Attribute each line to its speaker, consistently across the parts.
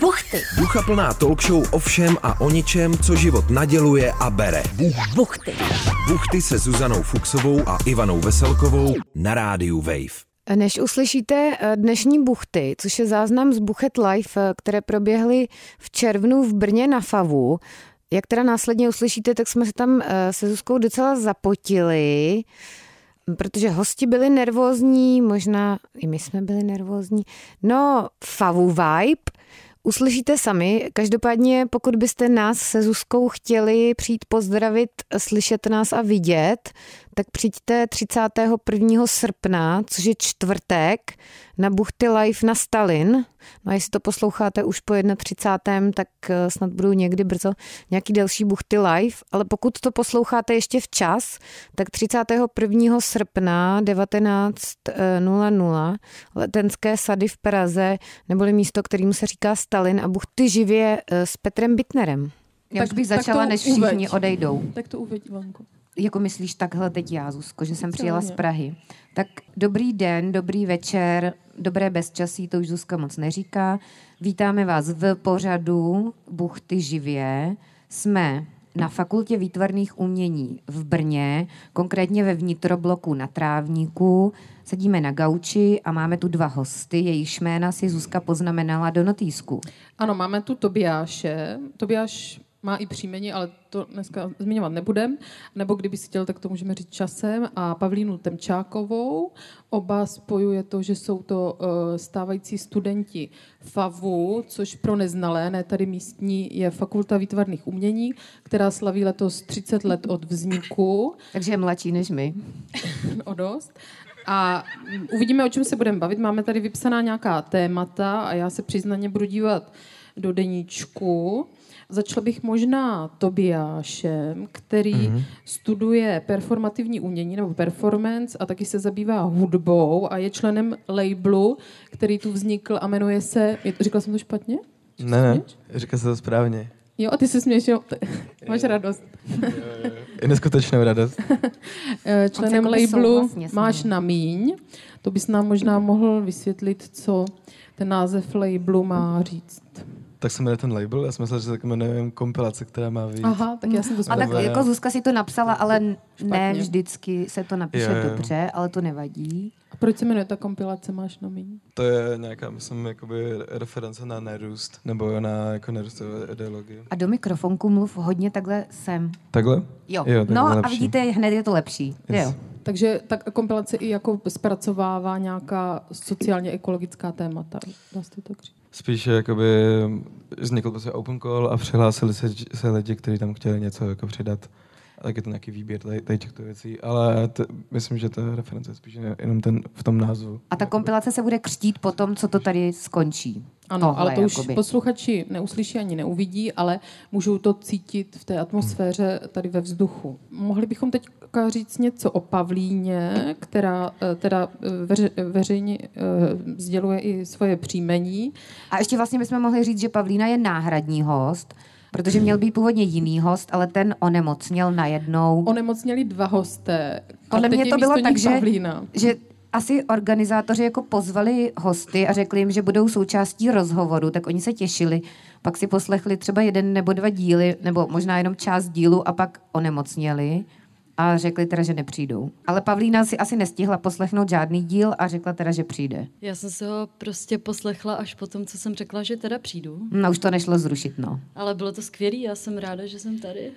Speaker 1: Buchty.
Speaker 2: Ducha plná talk show o všem a o ničem, co život naděluje a bere.
Speaker 1: Buchty.
Speaker 2: Buchty se Zuzanou Fuxovou a Ivanou Veselkovou na rádiu Wave.
Speaker 3: Než uslyšíte eh, dnešní buchty, což je záznam z Buchet Live, eh, které proběhly v červnu v Brně na Favu, jak teda následně uslyšíte, tak jsme se tam eh, se Zuzkou docela zapotili, protože hosti byli nervózní, možná i my jsme byli nervózní. No, Favu vibe uslyšíte sami. Každopádně, pokud byste nás se Zuzkou chtěli přijít pozdravit, slyšet nás a vidět, tak přijďte 31. srpna, což je čtvrtek, na Buchty Live na Stalin. No a jestli to posloucháte už po 31., tak eh, snad budou někdy brzo nějaký další Buchty Live, ale pokud to posloucháte ještě včas, tak 31. srpna 19.00 letenské sady v Praze, neboli místo, kterým se říká Stalin a Buchty živě eh, s Petrem Bitnerem. Já
Speaker 4: Tak-
Speaker 3: už bych
Speaker 4: tak
Speaker 3: začala,
Speaker 4: to
Speaker 3: než všichni
Speaker 4: uveď.
Speaker 3: odejdou.
Speaker 4: Tak to uvidí, Ivanko.
Speaker 3: Jako myslíš takhle teď já, Zuzko, že jsem přijela z
Speaker 4: Celně.
Speaker 3: Prahy. Tak dobrý den, dobrý večer, dobré bezčasí, to už Zuzka moc neříká. Vítáme vás v pořadu Buchty živě. Jsme na Fakultě výtvarných umění v Brně, konkrétně ve vnitrobloku na Trávníku. Sedíme na gauči a máme tu dva hosty, jejich jména si Zuzka poznamenala do notýsku.
Speaker 4: Ano, máme tu Tobiáše. Tobiáš má i příjmení, ale to dneska zmiňovat nebudem. Nebo kdyby si chtěl, tak to můžeme říct časem. A Pavlínu Temčákovou. Oba spojuje to, že jsou to eh, stávající studenti FAVu, což pro neznalé, ne tady místní, je Fakulta výtvarných umění, která slaví letos 30 let od vzniku.
Speaker 3: Takže je mladší než my.
Speaker 4: o dost. A mm, uvidíme, o čem se budeme bavit. Máme tady vypsaná nějaká témata a já se přiznaně budu dívat do deníčku. Začala bych možná Tobiášem, který mm-hmm. studuje performativní umění nebo performance a taky se zabývá hudbou a je členem labelu, který tu vznikl a jmenuje se... je- Říkala jsem to špatně?
Speaker 5: Ne, ne,
Speaker 4: Směš?
Speaker 5: říká se to správně.
Speaker 4: Jo, a ty se směješ, jo. Máš radost.
Speaker 5: Je neskutečnou radost.
Speaker 4: Eh, členem
Speaker 3: On se jakoby
Speaker 4: labelu
Speaker 3: souhlasně s
Speaker 4: Máš na míň. To bys nám možná mohl vysvětlit, co ten název labelu má říct.
Speaker 5: Tak se jmenuje ten label, já jsem myslel, že se tak jmenuje kompilace, která má vyjít.
Speaker 4: Aha, tak já jsem to
Speaker 3: A tak
Speaker 5: Dobré.
Speaker 3: jako Zuzka si to napsala, ale n- ne
Speaker 4: Špatně.
Speaker 3: vždycky se to napíše
Speaker 5: Jo, jo.
Speaker 3: dobře, ale to nevadí.
Speaker 4: A proč se jmenuje ta kompilace Máš na míň?
Speaker 5: To je nějaká, myslím, jakoby reference na nerůst, nebo na jako nerůstové ideologii.
Speaker 3: A do mikrofonku mluv hodně takhle sem.
Speaker 5: Takhle?
Speaker 3: Jo,
Speaker 5: jo tak
Speaker 3: no
Speaker 5: je
Speaker 3: a
Speaker 5: lepší.
Speaker 3: vidíte, hned je to lepší. Yes.
Speaker 5: Yes.
Speaker 3: Jo.
Speaker 4: Takže tak kompilace i jako zpracovává nějaká sociálně ekologická témata. Dá se to tak říct?
Speaker 5: Spíše jakoby vznikl prostě open call a přihlásili se, se lidi, kteří tam chtěli něco jako přidat. A tak je to nějaký výběr tady, tady těchto věcí, ale t- myslím, že ta reference je spíše jenom ten, v tom názvu.
Speaker 3: A ta kompilace se bude křtít po tom, co to tady skončí.
Speaker 4: Ano,
Speaker 3: Tohle,
Speaker 4: ale to už
Speaker 3: jakoby.
Speaker 4: posluchači neuslyší ani neuvidí, ale můžou to cítit v té atmosféře tady ve vzduchu. Mohli bychom teď říct něco o Pavlíně, která eh, teda eh, veře, veřejně eh, sděluje i svoje příjmení.
Speaker 3: A ještě vlastně bychom mohli říct, že Pavlína je náhradní host, protože měl být původně jiný host, ale ten onemocněl najednou.
Speaker 4: Onemocněli dva hosté. a
Speaker 3: Podle
Speaker 4: teď
Speaker 3: mě
Speaker 4: je
Speaker 3: to
Speaker 4: místo
Speaker 3: bylo
Speaker 4: nich
Speaker 3: tak, že,
Speaker 4: Pavlína.
Speaker 3: že asi organizátoři jako pozvali hosty a řekli jim, že budou součástí rozhovoru, tak oni se těšili. Pak si poslechli třeba jeden nebo dva díly, nebo možná jenom část dílu a pak onemocněli a řekli teda, že nepřijdou. Ale Pavlína si asi nestihla poslechnout žádný díl a řekla teda, že přijde.
Speaker 6: Já jsem si ho prostě poslechla až po tom, co jsem řekla, že teda přijdu.
Speaker 3: No už to nešlo zrušit, no.
Speaker 6: Ale bylo to skvělé, já jsem ráda, že jsem tady.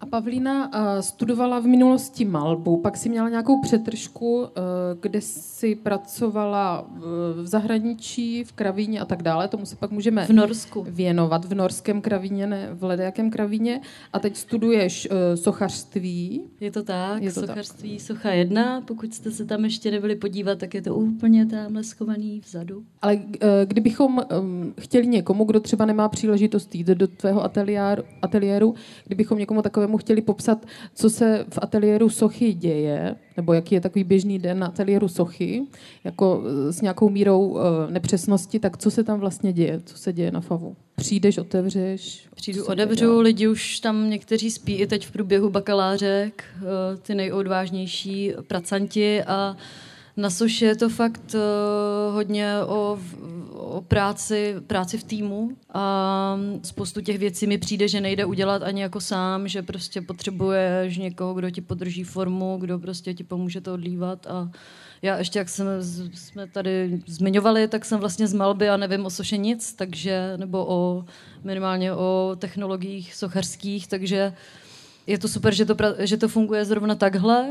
Speaker 4: A Pavlína eh, studovala v minulosti malbu, pak si měla nějakou přetržku, eh, kde si pracovala eh, v zahraničí, v kravíně a tak dále. Tomu se pak můžeme
Speaker 6: V Norsku.
Speaker 4: věnovat v norském kravíně, ne v ledajakém kravíně. A teď studuješ eh, sochařství.
Speaker 6: Je to tak,
Speaker 4: Je
Speaker 6: je
Speaker 4: to
Speaker 6: to
Speaker 4: tak.
Speaker 6: sochařství Socha 1. Pokud jste se tam ještě nebyli podívat, tak je to úplně tamhle schovaný vzadu.
Speaker 4: Ale eh, kdybychom ehm, chtěli někomu, kdo třeba nemá příležitost jít do tvého ateliéru, ateliéru, kdybychom někomu takovému chtěli popsat, co se v ateliéru Sochy děje, nebo jaký je takový běžný den na ateliéru Sochy, jako eh, s nějakou mírou eh, nepřesnosti, tak co se tam vlastně děje, co se děje na FAVu? Přijdeš, otevřeš?
Speaker 6: Přijdu,
Speaker 4: co se
Speaker 6: odevřu,
Speaker 4: děje?
Speaker 6: lidi už tam někteří spí i teď v průběhu bakalářek, eh, ty nejodvážnější pracanti a Na soše je to fakt uh, hodně o, v- o práci, práci v týmu a spoustu těch věcí mi přijde, že nejde udělat ani jako sám, že prostě potřebuješ někoho, kdo ti podrží formu, kdo prostě ti pomůže to odlívat a já ještě, jak jsme, z- jsme tady zmiňovali, tak jsem vlastně z Malby a nevím o soše nic, takže, nebo o minimálně o technologiích sochařských, takže je to super, že to, pra- že to funguje zrovna takhle,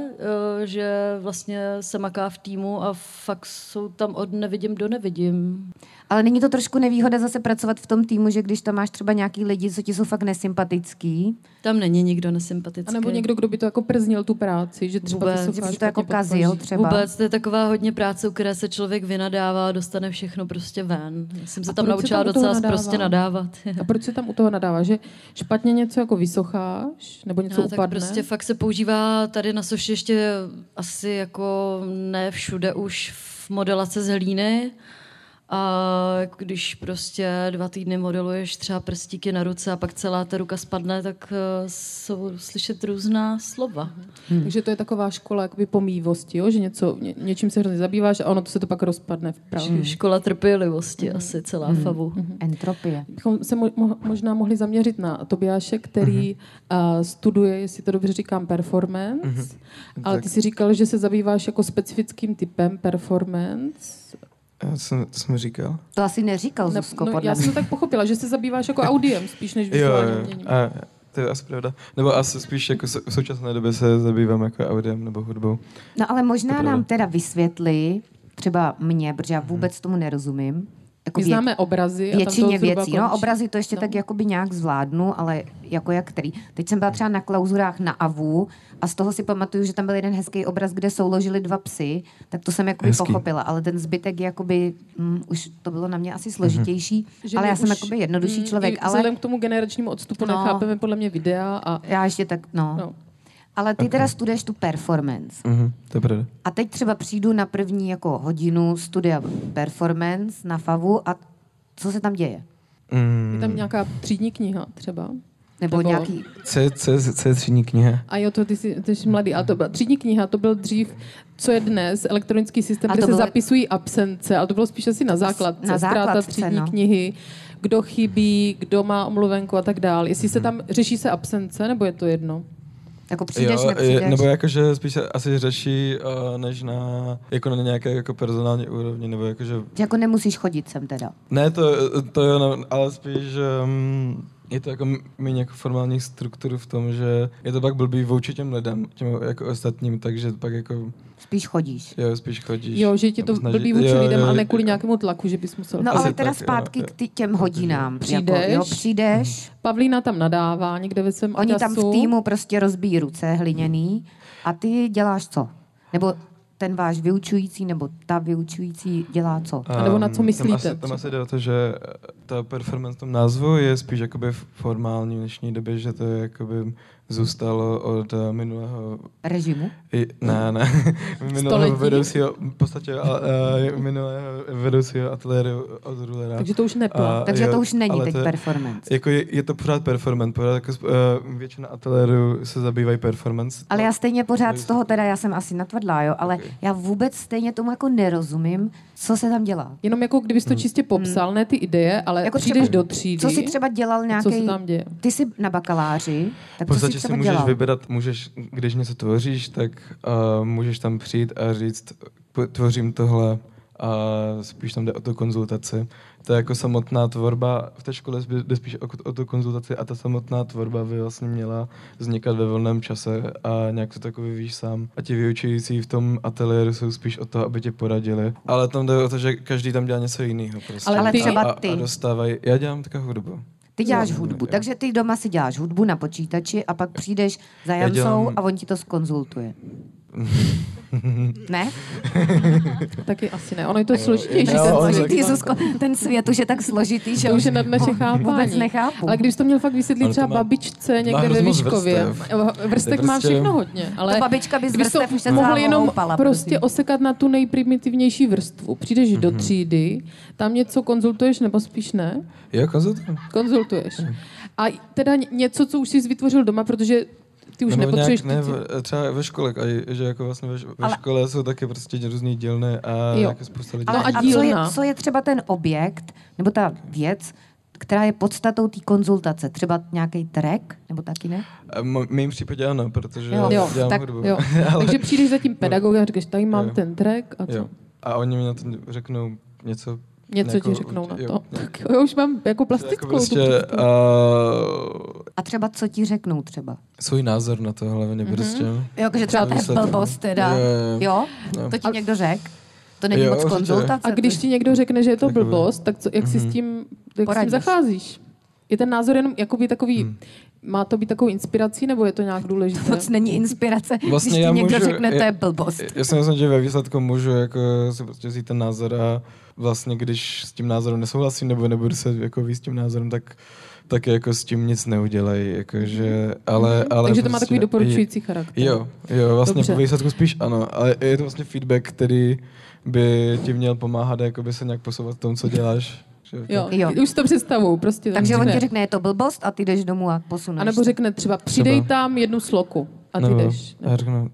Speaker 6: eh, že vlastně se maká v týmu a fakt jsou tam od nevidím do nevidím.
Speaker 3: Ale není to trošku nevýhoda zase pracovat v tom týmu, že když tam máš třeba nějaký lidi, co ti jsou fakt nesympatický,
Speaker 6: Tam není nikdo nesympatický.
Speaker 4: A nebo někdo, kdo by to jako prznil tu práci, že třeba
Speaker 6: Vůbec.
Speaker 4: ty
Speaker 6: Že
Speaker 3: že
Speaker 6: by
Speaker 4: sochář
Speaker 3: by se to
Speaker 4: špatně
Speaker 3: jako kazil
Speaker 4: podpoří.
Speaker 3: třeba.
Speaker 6: Vůbec, to je taková hodně práce, u které se člověk vynadává a dostane všechno prostě ven. Já jsem se
Speaker 4: A
Speaker 6: tam
Speaker 4: proč se
Speaker 6: naučila
Speaker 4: tam u toho
Speaker 6: docela
Speaker 4: nadává?
Speaker 6: prostě nadávat.
Speaker 4: A proč se tam u toho nadává? Že špatně něco jako vysocháš? Nebo něco
Speaker 6: No, tak
Speaker 4: upadne?
Speaker 6: prostě fakt se používá tady na soši ještě asi jako ne všude už v modelace z hlíny. A když prostě dva týdny modeluješ třeba prstíky na ruce a pak celá ta ruka spadne, tak eh, jsou slyšet různá slova.
Speaker 4: Hmm. Takže to je taková škola jakoby pomývosti, jo? že něco, ně, něčím se hrozně zabýváš a ono to se to pak rozpadne v
Speaker 6: Mm.
Speaker 4: právě.
Speaker 6: Škola trpělivosti
Speaker 4: Mhm.
Speaker 6: asi celá favu.
Speaker 3: entropie.
Speaker 4: Bychom se mo- mo- možná mohli zaměřit na Tobiáše, který
Speaker 3: Mhm.
Speaker 4: uh, studuje, jestli to dobře říkám, performance,
Speaker 3: Mhm.
Speaker 4: ale ty
Speaker 5: Tak.
Speaker 4: si říkal, že se zabýváš jako specifickým typem performance.
Speaker 5: Já jsem, co jsem říkal?
Speaker 3: To asi neříkal
Speaker 4: Ne-
Speaker 3: Zuzko,
Speaker 4: no,
Speaker 3: podle
Speaker 4: já
Speaker 3: mě.
Speaker 4: jsem tak pochopila, že se zabýváš jako audiem spíš než
Speaker 5: Jo,
Speaker 4: vizuálním
Speaker 5: jo.
Speaker 3: jako
Speaker 4: uměním.
Speaker 5: A, to je asi pravda. Nebo asi spíš jako so- v současné době se zabývám jako audiem nebo hudbou.
Speaker 3: No ale možná
Speaker 5: Dobrá.
Speaker 3: nám teda vysvětli, třeba mě, protože já vůbec tomu nerozumím, jako
Speaker 4: My
Speaker 3: věc,
Speaker 4: známe obrazy. a tam to
Speaker 3: většině
Speaker 4: zhruba
Speaker 3: věcí. No,
Speaker 4: končí.
Speaker 3: obrazy to ještě no. tak jakoby nějak zvládnu, ale jako jak který. Teď jsem byla třeba na klauzurách na AVU a z toho si pamatuju, že tam byl jeden hezký obraz, kde souložili dva psy, tak to jsem jakoby
Speaker 5: Hezký.
Speaker 3: pochopila, ale ten zbytek jakoby, mm, už to bylo na mě asi složitější,
Speaker 4: Mhm. Že
Speaker 3: ale
Speaker 4: my
Speaker 3: já jsem
Speaker 4: už-
Speaker 3: jakoby jednodušší
Speaker 4: Mm,
Speaker 3: člověk,
Speaker 4: i
Speaker 3: ale
Speaker 4: Vzhledem k tomu generačnímu odstupu
Speaker 3: No.
Speaker 4: no. nechápeme podle mě videa a...
Speaker 3: já ještě tak, no.
Speaker 4: No.
Speaker 3: Ale ty teda studuješ tu performance.
Speaker 5: Mhm, to je pravda.
Speaker 3: A teď třeba přijdu na první jako hodinu studia performance na FAVu a co se tam děje?
Speaker 5: Mm.
Speaker 4: Je tam nějaká třídní kniha třeba.
Speaker 3: Nebo
Speaker 4: Nebo-
Speaker 3: nějaký...
Speaker 5: Co, je, co, je, co je třídní kniha?
Speaker 4: A jo, to ty jsi, ty jsi mladý. A to byla třídní kniha, to byl dřív, co je dnes, elektronický systém,
Speaker 3: A
Speaker 4: kde
Speaker 3: to
Speaker 4: se
Speaker 3: bylo-
Speaker 4: zapisují absence, ale to bylo spíš asi na základce.
Speaker 3: na
Speaker 4: ztráta
Speaker 3: základce,
Speaker 4: třídní
Speaker 3: no.
Speaker 4: knihy, kdo chybí, kdo má omluvenku a tak dále. Jestli
Speaker 5: Hmm.
Speaker 4: se tam, řeší se absence, nebo je to jedno?
Speaker 3: Jako přijdeš,
Speaker 5: je-
Speaker 3: nepřijdeš?
Speaker 5: nebo jakože spíš se asi řeší, uh, než na, jako na nějaké jako personální úrovni, nebo jakože,
Speaker 3: Že jako nemusíš chodit sem teda.
Speaker 5: ne to, to jo, no, ale spíš um, je to jako méně jako formální strukturu v tom, že je to pak blbý vůči těm lidem, těm jako ostatním, takže pak jako,
Speaker 3: Spíš chodíš.
Speaker 5: jo, spíš chodíš.
Speaker 4: Jo, že ti to
Speaker 5: nebo snaží-
Speaker 4: blbý vůči
Speaker 5: jo,
Speaker 4: lidem,
Speaker 5: jo,
Speaker 4: ale ne
Speaker 5: jo,
Speaker 4: kvůli
Speaker 5: jo.
Speaker 4: nějakému tlaku, že bys musel...
Speaker 3: No
Speaker 5: Asi
Speaker 3: ale teda
Speaker 5: tak, jo,
Speaker 3: zpátky
Speaker 5: jo.
Speaker 3: k ty- těm hodinám. Jako,
Speaker 4: Přijdeš? Hmm.
Speaker 3: jo, přijdeš,
Speaker 4: Pavlína tam nadává někde ve svém
Speaker 3: oni tam
Speaker 4: atasu.
Speaker 3: v týmu prostě rozbíjí ruce hliněný a ty děláš co? Nebo ten váš vyučující nebo ta vyučující dělá co?
Speaker 4: A nebo na co
Speaker 5: Ehm,
Speaker 4: myslíte,
Speaker 5: Tam asi, tam
Speaker 4: třeba?
Speaker 5: asi jde o to, že eh, ta performance v tom názvu je spíš jakoby formální v dnešní době, že to je jakoby zůstalo od eh, minulého
Speaker 3: Režimu?
Speaker 5: i, ne, ne. Minulého
Speaker 4: Století?
Speaker 5: vedoucího, v podstatě a, a, minulého vedoucího ateliéru od Rulera.
Speaker 4: Takže to už neplat.
Speaker 5: A
Speaker 3: Takže
Speaker 5: jo,
Speaker 3: to už není
Speaker 5: ale
Speaker 3: teď
Speaker 5: to je-
Speaker 3: performance.
Speaker 5: Jako je, je, to pořád performance, pořád jako, uh, většina ateliérů se zabývají performance.
Speaker 3: Ale já stejně pořád
Speaker 5: to
Speaker 3: z
Speaker 5: je-
Speaker 3: toho, teda já jsem asi natvrdlá, jo, ale
Speaker 5: No. Ok.
Speaker 3: já vůbec stejně tomu jako nerozumím, co se tam dělá.
Speaker 4: Jenom jako kdybys
Speaker 5: Hmm.
Speaker 4: to čistě popsal, ne ty ideje, ale
Speaker 3: Hmm. Jako
Speaker 4: jako
Speaker 3: třeba-
Speaker 4: přijdeš do třídy.
Speaker 3: Co si třeba dělal
Speaker 4: co se
Speaker 3: nějaký?
Speaker 4: tam děje?
Speaker 3: Ty jsi na bakaláři, tak
Speaker 5: V
Speaker 3: co jsi
Speaker 5: podstatě
Speaker 3: třeba
Speaker 5: si můžeš
Speaker 3: dělal?
Speaker 5: vybrat, můžeš, když něco tvoříš, tak uh, můžeš tam přijít a říct, "Po- tvořím tohle a spíš tam jde o tu konzultaci. To je jako samotná tvorba, v té škole spí- jde spíš o, o tu konzultaci a ta samotná tvorba by vlastně měla vznikat ve volném čase a nějak to takový víš sám. A ti vyučující v tom ateliéru jsou spíš o to, aby tě poradili. Ale tam jde o to, že každý tam dělá něco jiného. Prostě.
Speaker 4: Ale Ale ty-
Speaker 3: třeba
Speaker 5: a,
Speaker 3: ty.
Speaker 5: A, a dostávají, já dělám takovou hudbu.
Speaker 3: Ty děláš
Speaker 5: Jo, jo,
Speaker 3: hudbu,
Speaker 5: No, jo.
Speaker 3: takže ty doma si děláš hudbu na počítači a pak přijdeš za
Speaker 5: Já
Speaker 3: Jancou
Speaker 5: dělám-
Speaker 3: a on ti to skonzultuje. ne?
Speaker 4: Taky asi ne. Ono je
Speaker 5: Eh,
Speaker 4: to složitější.
Speaker 5: Jo,
Speaker 3: Ten,
Speaker 5: on
Speaker 3: složitý,
Speaker 5: řekl-
Speaker 3: Zuzko, ten svět už je tak složitý, že
Speaker 4: To už
Speaker 3: už
Speaker 4: je nad naše chápání.
Speaker 3: vůbec nechápu.
Speaker 4: Ale když to měl fakt vysvětlit
Speaker 5: No, Ale to
Speaker 4: třeba
Speaker 5: má-
Speaker 4: babičce někde ve
Speaker 5: hrozně moc
Speaker 4: Výškově. Eh,
Speaker 5: vrstev.
Speaker 4: Vrstev,
Speaker 5: To je
Speaker 4: má
Speaker 5: prostě-
Speaker 4: všechno hodně. Ale
Speaker 3: Ta babička by z
Speaker 4: kdyby
Speaker 3: vrstev
Speaker 4: jsou-
Speaker 3: už se celá
Speaker 4: mohli jenom
Speaker 3: oloupala,
Speaker 4: prostě
Speaker 3: prosím.
Speaker 4: osekat na tu nejprimitivnější vrstvu. Přijdeš do
Speaker 5: Mhm.
Speaker 4: třídy, tam něco konzultuješ nebo spíš ne?
Speaker 5: Jo, konzultuju. Mhm.
Speaker 4: Konzultuješ. A teda ně- něco, co už jsi vytvořil doma, protože Ty už
Speaker 5: Nebo
Speaker 4: nepotřebuješ...
Speaker 5: No, Nějak, ne,
Speaker 4: ty-
Speaker 5: v- třeba ve škole, a, že jako vlastně ve, ve
Speaker 3: Ale-
Speaker 5: škole jsou taky prostě různý dílny a
Speaker 4: Jo.
Speaker 5: jako spousta lidí.
Speaker 4: Ale
Speaker 3: Ale
Speaker 4: a no?
Speaker 3: a co je,
Speaker 4: dílna?
Speaker 3: co je třeba ten objekt, nebo ta věc, která je podstatou té konzultace? Třeba nějaký track, nebo taky ne?
Speaker 5: A mo- v mém případě ano, protože
Speaker 3: Jo.
Speaker 5: jo.
Speaker 4: Jo,
Speaker 5: dělám
Speaker 4: tak,
Speaker 5: hudbu.
Speaker 4: jo.
Speaker 5: Ale-
Speaker 4: Takže přijdeš za tím pedagogem a říkáš, tady mám
Speaker 5: Jo.
Speaker 4: ten track a co?
Speaker 5: jo. A oni mi na to řeknou něco.
Speaker 4: Něco
Speaker 5: nějakou-
Speaker 4: ti řeknou na
Speaker 5: Jako jo,
Speaker 4: to.
Speaker 5: nějak-
Speaker 4: Tak jo, já už mám jako
Speaker 5: Jako
Speaker 4: plastickou. tu
Speaker 5: prostě
Speaker 4: plastickou.
Speaker 5: a,
Speaker 3: A třeba co ti řeknou třeba?
Speaker 5: svůj názor na to hlavně
Speaker 4: Mhm.
Speaker 5: mm-hmm. prostě.
Speaker 3: Jo, že třeba to je
Speaker 5: Výsledky.
Speaker 3: blbost teda.
Speaker 5: Jo, jo, jo.
Speaker 3: Jo?
Speaker 5: Jo.
Speaker 3: To ti někdo řekl? To není
Speaker 5: no. Jo,
Speaker 3: moc
Speaker 5: určitě.
Speaker 3: konzultace.
Speaker 4: A když ti někdo řekne, že je to
Speaker 5: Takové. Mhm.
Speaker 4: blbost, tak co, jak si s tím, jak s tím
Speaker 3: Poradíš.
Speaker 4: zacházíš? Je ten názor jenom jakoby takový,
Speaker 5: Hmm.
Speaker 4: má to být takovou inspirací, nebo je to nějak důležité?
Speaker 3: Moc není inspirace,
Speaker 5: Vlastně
Speaker 3: když
Speaker 5: já
Speaker 3: ti někdo
Speaker 5: můžu-
Speaker 3: řekne, to
Speaker 5: já-
Speaker 3: je blbost.
Speaker 5: Já si myslím, že ve výsledku můžu jako si prostě vzít ten názor a vlastně když s tím názorem nesouhlasím nebo nebudu se jako víc s tím názorem, tak tak jako s tím nic neudělej, jakože, ale, ale
Speaker 4: Mhm. Takže to má
Speaker 5: prostě-
Speaker 4: takový doporučující charakter.
Speaker 5: Jo, jo, vlastně
Speaker 4: Dobře.
Speaker 5: po výsledku spíš ano, ale je to vlastně feedback, který by ti měl pomáhat, jakoby se nějak posouvat v tom, co děláš. Že jako-
Speaker 4: Jo.
Speaker 3: Jo.
Speaker 4: Už to představuju, prostě.
Speaker 3: Takže
Speaker 4: to
Speaker 3: on
Speaker 4: ne.
Speaker 3: ti řekne, no, je to blbost a ty jdeš domů a posuneš.
Speaker 4: A nebo
Speaker 3: se.
Speaker 4: řekne třeba, přidej tam jednu sloku a ty
Speaker 5: Nebo-
Speaker 4: jdeš.
Speaker 5: No, a já řeknu,